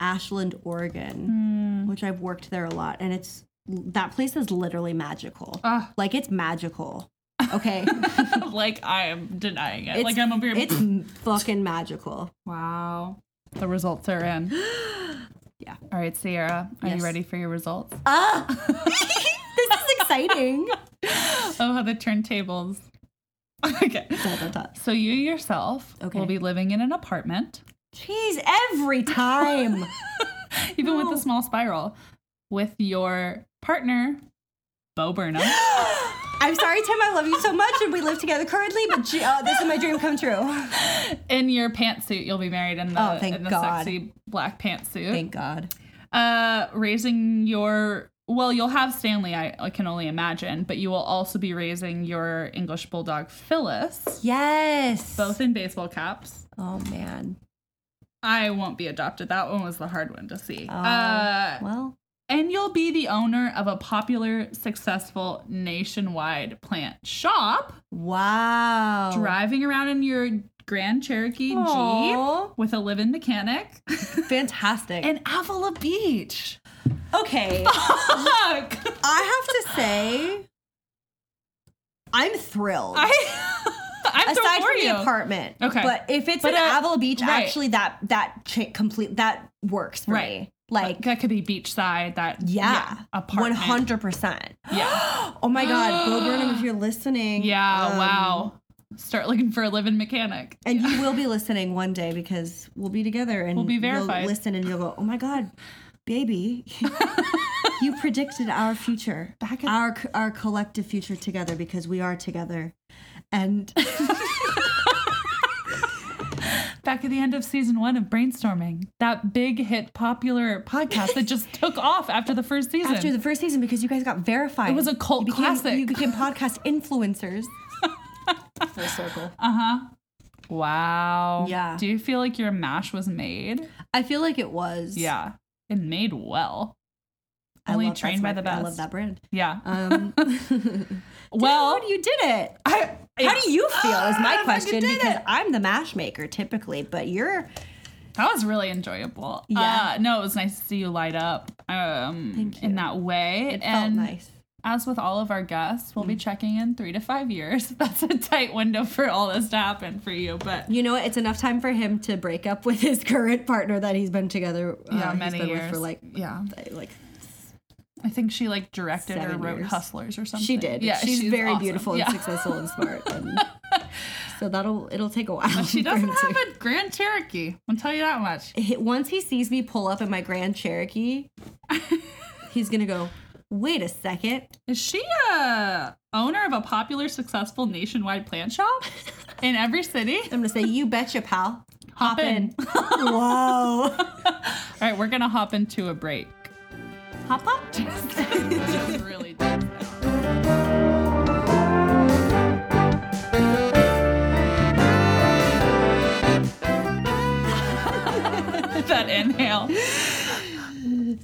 Speaker 3: Ashland, Oregon,
Speaker 1: Hmm. Mm-hmm.
Speaker 3: which I've worked there a lot, and it's that place is literally magical.
Speaker 1: Ah.
Speaker 3: like it's magical. Okay,
Speaker 1: like I am denying it.
Speaker 3: It's-
Speaker 1: like I'm over here.
Speaker 3: it's fucking magical.
Speaker 1: Wow. The results are in.
Speaker 3: Yeah.
Speaker 1: All right, Sierra, are
Speaker 3: Yes.
Speaker 1: you ready for your results?
Speaker 3: Ah, this is exciting.
Speaker 1: Oh, how the turntables. okay.
Speaker 3: Dot, dot, dot.
Speaker 1: So you yourself
Speaker 3: Okay.
Speaker 1: will be living in an apartment,
Speaker 3: Jeez, every time.
Speaker 1: even with
Speaker 3: No.
Speaker 1: a small spiral, with your partner, Bo Burnham.
Speaker 3: I'm sorry, Tim. I love you so much, and we live together currently. But gee, oh, this is my dream come true.
Speaker 1: in your pantsuit, you'll be married in the,
Speaker 3: Oh, thank
Speaker 1: in the
Speaker 3: God.
Speaker 1: sexy black pantsuit.
Speaker 3: Thank God.
Speaker 1: uh raising your well you'll have stanley I, I can only imagine but you will also be raising your english bulldog phyllis
Speaker 3: Yes.
Speaker 1: both in baseball caps
Speaker 3: Oh man.
Speaker 1: i won't be adopted that one was the hard one to see
Speaker 3: Oh,
Speaker 1: uh,
Speaker 3: well.
Speaker 1: and you'll be the owner of a popular successful nationwide plant shop
Speaker 3: Wow.
Speaker 1: driving around in your grand cherokee
Speaker 3: Aw.
Speaker 1: jeep with a live-in mechanic
Speaker 3: Fantastic.
Speaker 1: in avila beach
Speaker 3: okay,
Speaker 1: Fuck!
Speaker 3: I have to say, I'm thrilled.
Speaker 1: I, I'm so
Speaker 3: Aside
Speaker 1: for
Speaker 3: from
Speaker 1: you.
Speaker 3: the apartment,
Speaker 1: Okay.
Speaker 3: But if it's
Speaker 1: But,
Speaker 3: in
Speaker 1: uh,
Speaker 3: Avila Beach,
Speaker 1: right.
Speaker 3: actually, that that cha- complete that works for
Speaker 1: Right.
Speaker 3: me. Like,
Speaker 1: that could be beachside. That
Speaker 3: yeah, one
Speaker 1: apartment.
Speaker 3: hundred percent.
Speaker 1: Yeah,
Speaker 3: Oh my God, Bo Burnham, if you're listening,
Speaker 1: yeah.
Speaker 3: um,
Speaker 1: wow. Start looking for a living mechanic.
Speaker 3: And you will be listening one day because we'll be together and
Speaker 1: We'll be
Speaker 3: you'll
Speaker 1: verified.
Speaker 3: listen and you'll go, oh my God, baby, you predicted our future,
Speaker 1: Back at-
Speaker 3: our our collective future together because we are together. And
Speaker 1: Back at the end of season one of brainstorming, that big hit popular podcast that just took off after the first season.
Speaker 3: after the first season, because you guys got verified,
Speaker 1: it was a
Speaker 3: you
Speaker 1: cult
Speaker 3: became,
Speaker 1: classic.
Speaker 3: You became podcast influencers. Full circle.
Speaker 1: wow.
Speaker 3: Yeah.
Speaker 1: Do you feel like your mash was made?
Speaker 3: I feel like it was.
Speaker 1: Yeah. And made well.
Speaker 3: I
Speaker 1: Only
Speaker 3: love- Uh, that's
Speaker 1: trained by the
Speaker 3: my- I
Speaker 1: best.
Speaker 3: love that brand.
Speaker 1: Yeah.
Speaker 3: Um,
Speaker 1: well,
Speaker 3: dude, you did it.
Speaker 1: I
Speaker 3: How do you feel? Is
Speaker 1: Ah, I
Speaker 3: my
Speaker 1: fucking
Speaker 3: question
Speaker 1: did
Speaker 3: because
Speaker 1: it.
Speaker 3: I'm the mash maker typically, but you're.
Speaker 1: That was really enjoyable.
Speaker 3: Yeah.
Speaker 1: Uh, no, it was nice to see you light up um,
Speaker 3: Thank you.
Speaker 1: in that way.
Speaker 3: It felt
Speaker 1: and
Speaker 3: nice. Mm.
Speaker 1: as with all of our guests, we'll be checking in three to five years. That's a tight window for all this to happen for you. But
Speaker 3: You know what? It's enough time for him to break up with his current partner that he's been together. uh,
Speaker 1: yeah,
Speaker 3: he's
Speaker 1: many
Speaker 3: been with
Speaker 1: years.
Speaker 3: for like
Speaker 1: yeah.
Speaker 3: like
Speaker 1: I think she like directed or
Speaker 3: Seven
Speaker 1: wrote
Speaker 3: years.
Speaker 1: Hustlers or something.
Speaker 3: she did.
Speaker 1: Yeah,
Speaker 3: she's, very
Speaker 1: awesome.
Speaker 3: beautiful
Speaker 1: Yeah.
Speaker 3: and successful and smart. And so that'll it'll take a while.
Speaker 1: She
Speaker 3: for
Speaker 1: doesn't
Speaker 3: him to-
Speaker 1: have a Grand Cherokee. I'll tell you that much.
Speaker 3: He- Once he sees me pull up in my Grand Cherokee, he's gonna go. Wait a second.
Speaker 1: Is she a owner of a popular, successful nationwide plant shop in every city?
Speaker 3: I'm gonna say, "You betcha, pal."
Speaker 1: Hop in. All
Speaker 3: Whoa.
Speaker 1: right, we're gonna hop into a break.
Speaker 3: Hop up.
Speaker 1: Just really. that inhale.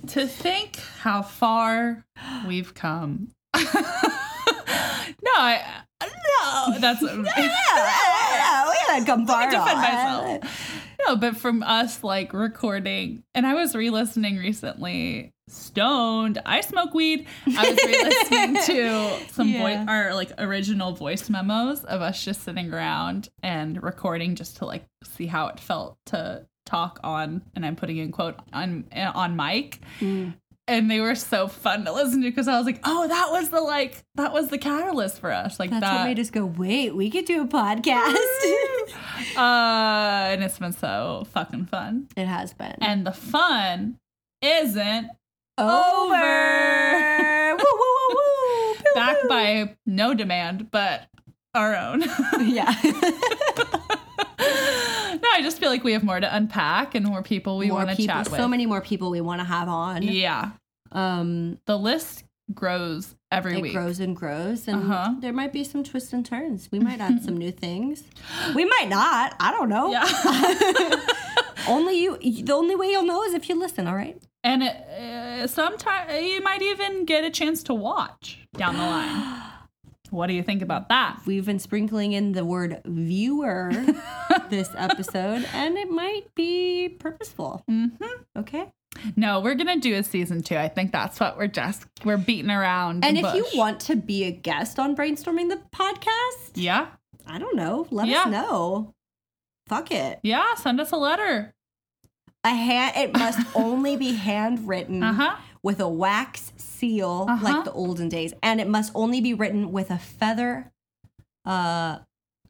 Speaker 1: to think how far we've come. no, I, no, that's
Speaker 3: we gotta come far.
Speaker 1: defend myself. No, but from us like recording, and I was re-listening recently. Stoned, I smoke weed. I was re-listening to some
Speaker 3: Yeah.
Speaker 1: voice or like original voice memos of us just sitting around and recording just to like see how it felt to talk on, and I'm putting in quote on on mic.
Speaker 3: Mm.
Speaker 1: And they were so fun to listen to because I was like, oh, that was the like that was the catalyst for us. Like
Speaker 3: That's what
Speaker 1: that
Speaker 3: made us go. Wait, we could do a podcast.
Speaker 1: uh and it's been so fucking fun.
Speaker 3: it has been
Speaker 1: and the fun isn't
Speaker 3: over. woo woo woo woo. Pew,
Speaker 1: backed
Speaker 3: pew.
Speaker 1: by no demand but our own. no,
Speaker 3: Yeah.
Speaker 1: I just feel like we have more to unpack and more people we
Speaker 3: More
Speaker 1: want to
Speaker 3: people-
Speaker 1: chat with.
Speaker 3: So many more people we want to have on.
Speaker 1: yeah,
Speaker 3: Um,
Speaker 1: the list grows every
Speaker 3: it
Speaker 1: week.
Speaker 3: grows and grows, and
Speaker 1: Uh-huh.
Speaker 3: there might be some twists and turns. We might add some new things. We might not. I don't know. only you. The only way you'll know is if you listen. All right.
Speaker 1: and it, uh, sometimes you might even get a chance to watch down the line. what do you think about that?
Speaker 3: We've been sprinkling in the word viewer this episode, and it might be purposeful. Mm-hmm. Okay.
Speaker 1: No, we're gonna do a season two. I think that's what we're just we're beating around.
Speaker 3: And
Speaker 1: the
Speaker 3: if you
Speaker 1: bush.
Speaker 3: want to be a guest on Brainstorming the Podcast,
Speaker 1: yeah,
Speaker 3: I don't know. Let
Speaker 1: Yeah.
Speaker 3: us know. Fuck it.
Speaker 1: yeah, send us a letter.
Speaker 3: A hand. It must only be handwritten
Speaker 1: Uh huh.
Speaker 3: with a wax seal,
Speaker 1: Uh-huh.
Speaker 3: like the olden days, and it must only be written with a feather uh,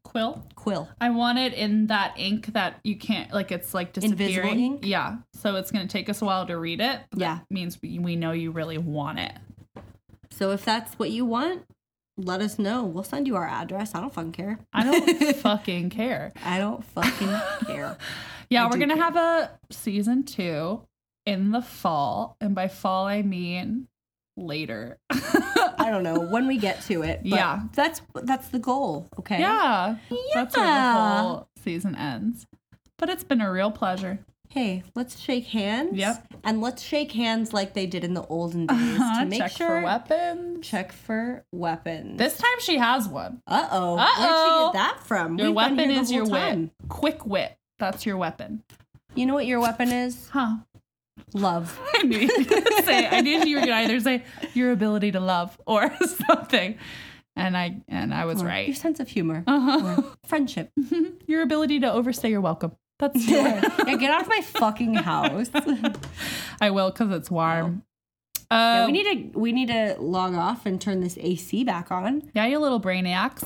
Speaker 1: Quill.
Speaker 3: quill.
Speaker 1: I want it in that ink that you can't like. It's like
Speaker 3: Invisible
Speaker 1: disappearing.
Speaker 3: ink?
Speaker 1: Yeah. So it's gonna take us a while to read it. but
Speaker 3: Yeah.
Speaker 1: That means we, we know you really want it.
Speaker 3: So if that's what you want, let us know. We'll send you our address. I don't fucking care.
Speaker 1: I don't fucking care.
Speaker 3: I don't fucking care.
Speaker 1: Yeah,
Speaker 3: I
Speaker 1: we're
Speaker 3: do
Speaker 1: gonna
Speaker 3: care.
Speaker 1: have a season two in the fall, and by fall I mean later.
Speaker 3: I don't know when we get to it. But
Speaker 1: Yeah.
Speaker 3: that's that's the goal. Okay.
Speaker 1: Yeah. That's where the
Speaker 3: Yeah.
Speaker 1: whole season ends. But it's been a real pleasure.
Speaker 3: Hey, let's shake hands.
Speaker 1: Yep.
Speaker 3: And let's shake hands like they did in the olden days
Speaker 1: Uh-huh,
Speaker 3: to make
Speaker 1: Check
Speaker 3: sure
Speaker 1: for weapons.
Speaker 3: check for weapons.
Speaker 1: This time she has one.
Speaker 3: uh oh.
Speaker 1: Uh-oh.
Speaker 3: Where'd you get that from?
Speaker 1: Your
Speaker 3: We've been
Speaker 1: weapon
Speaker 3: here the
Speaker 1: is your
Speaker 3: whole
Speaker 1: wit.
Speaker 3: time.
Speaker 1: Quick wit. That's your weapon.
Speaker 3: You know what your weapon is?
Speaker 1: Huh.
Speaker 3: Love.
Speaker 1: I knew you were gonna say I knew you were gonna either say your ability to love or something. And I and I was
Speaker 3: Or Your
Speaker 1: right.
Speaker 3: sense of humor.
Speaker 1: Uh-huh.
Speaker 3: Or Friendship.
Speaker 1: Your ability to overstay your welcome. That's your
Speaker 3: yeah, get out of my fucking house.
Speaker 1: I will because it's warm. Uh,
Speaker 3: Yeah, we need to we need to log off and turn this AC back on.
Speaker 1: yeah, you little brainiacs.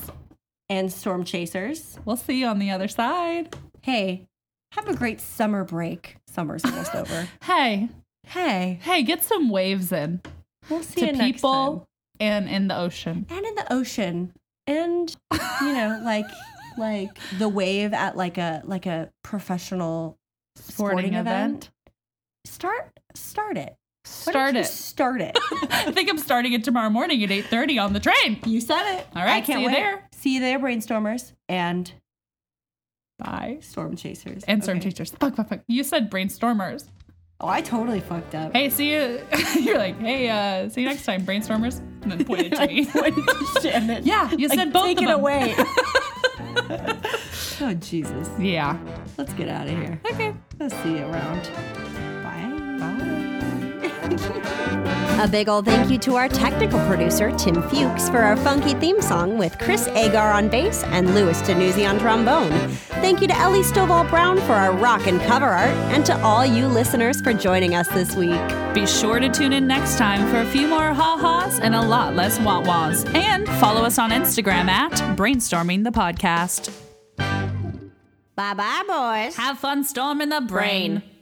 Speaker 3: And storm chasers.
Speaker 1: We'll see you on the other side.
Speaker 3: Hey, have a great summer break. Summer's almost over.
Speaker 1: Hey,
Speaker 3: Hey,
Speaker 1: hey, get some waves in.
Speaker 3: we'll see
Speaker 1: to
Speaker 3: you next time.
Speaker 1: people and in the ocean.
Speaker 3: and in the ocean and you know like like the wave at like a like a professional
Speaker 1: Sporting,
Speaker 3: Sporting
Speaker 1: event.
Speaker 3: event? start start it Why don't
Speaker 1: Start
Speaker 3: you
Speaker 1: it.
Speaker 3: start it
Speaker 1: I think I'm starting it tomorrow morning at 8:30 on the train.
Speaker 3: you said it
Speaker 1: All right,
Speaker 3: i can't
Speaker 1: see you
Speaker 3: wait
Speaker 1: there.
Speaker 3: see you there brainstormers and
Speaker 1: Bye.
Speaker 3: storm chasers
Speaker 1: And storm
Speaker 3: Okay.
Speaker 1: teachers. Fuck, fuck, fuck. You said brainstormers.
Speaker 3: oh i totally fucked up
Speaker 1: Hey, see you. You're like, hey, uh, see you next time, brainstormers. and then pointed to me.
Speaker 5: Shannon.
Speaker 1: yeah, you
Speaker 5: Like,
Speaker 1: said both
Speaker 5: take
Speaker 1: of
Speaker 5: it
Speaker 1: them.
Speaker 5: away. oh Jesus.
Speaker 1: Yeah.
Speaker 5: Let's get out of here.
Speaker 1: Okay.
Speaker 5: Let's see you around. Bye.
Speaker 3: A big ol' thank you to our technical producer, Tim Fuchs, for our funky theme song with Chris Agar on bass and Louis Danuzzi on trombone. Thank you to Ellie Stovall Brown for our rock and cover art, and to all you listeners for joining us this week.
Speaker 1: Be sure to tune in next time for a few more ha ha's and a lot less wah wahs. And follow us on Instagram at Brainstorming the Podcast.
Speaker 3: Bye bye, boys.
Speaker 1: Have fun storming the brain.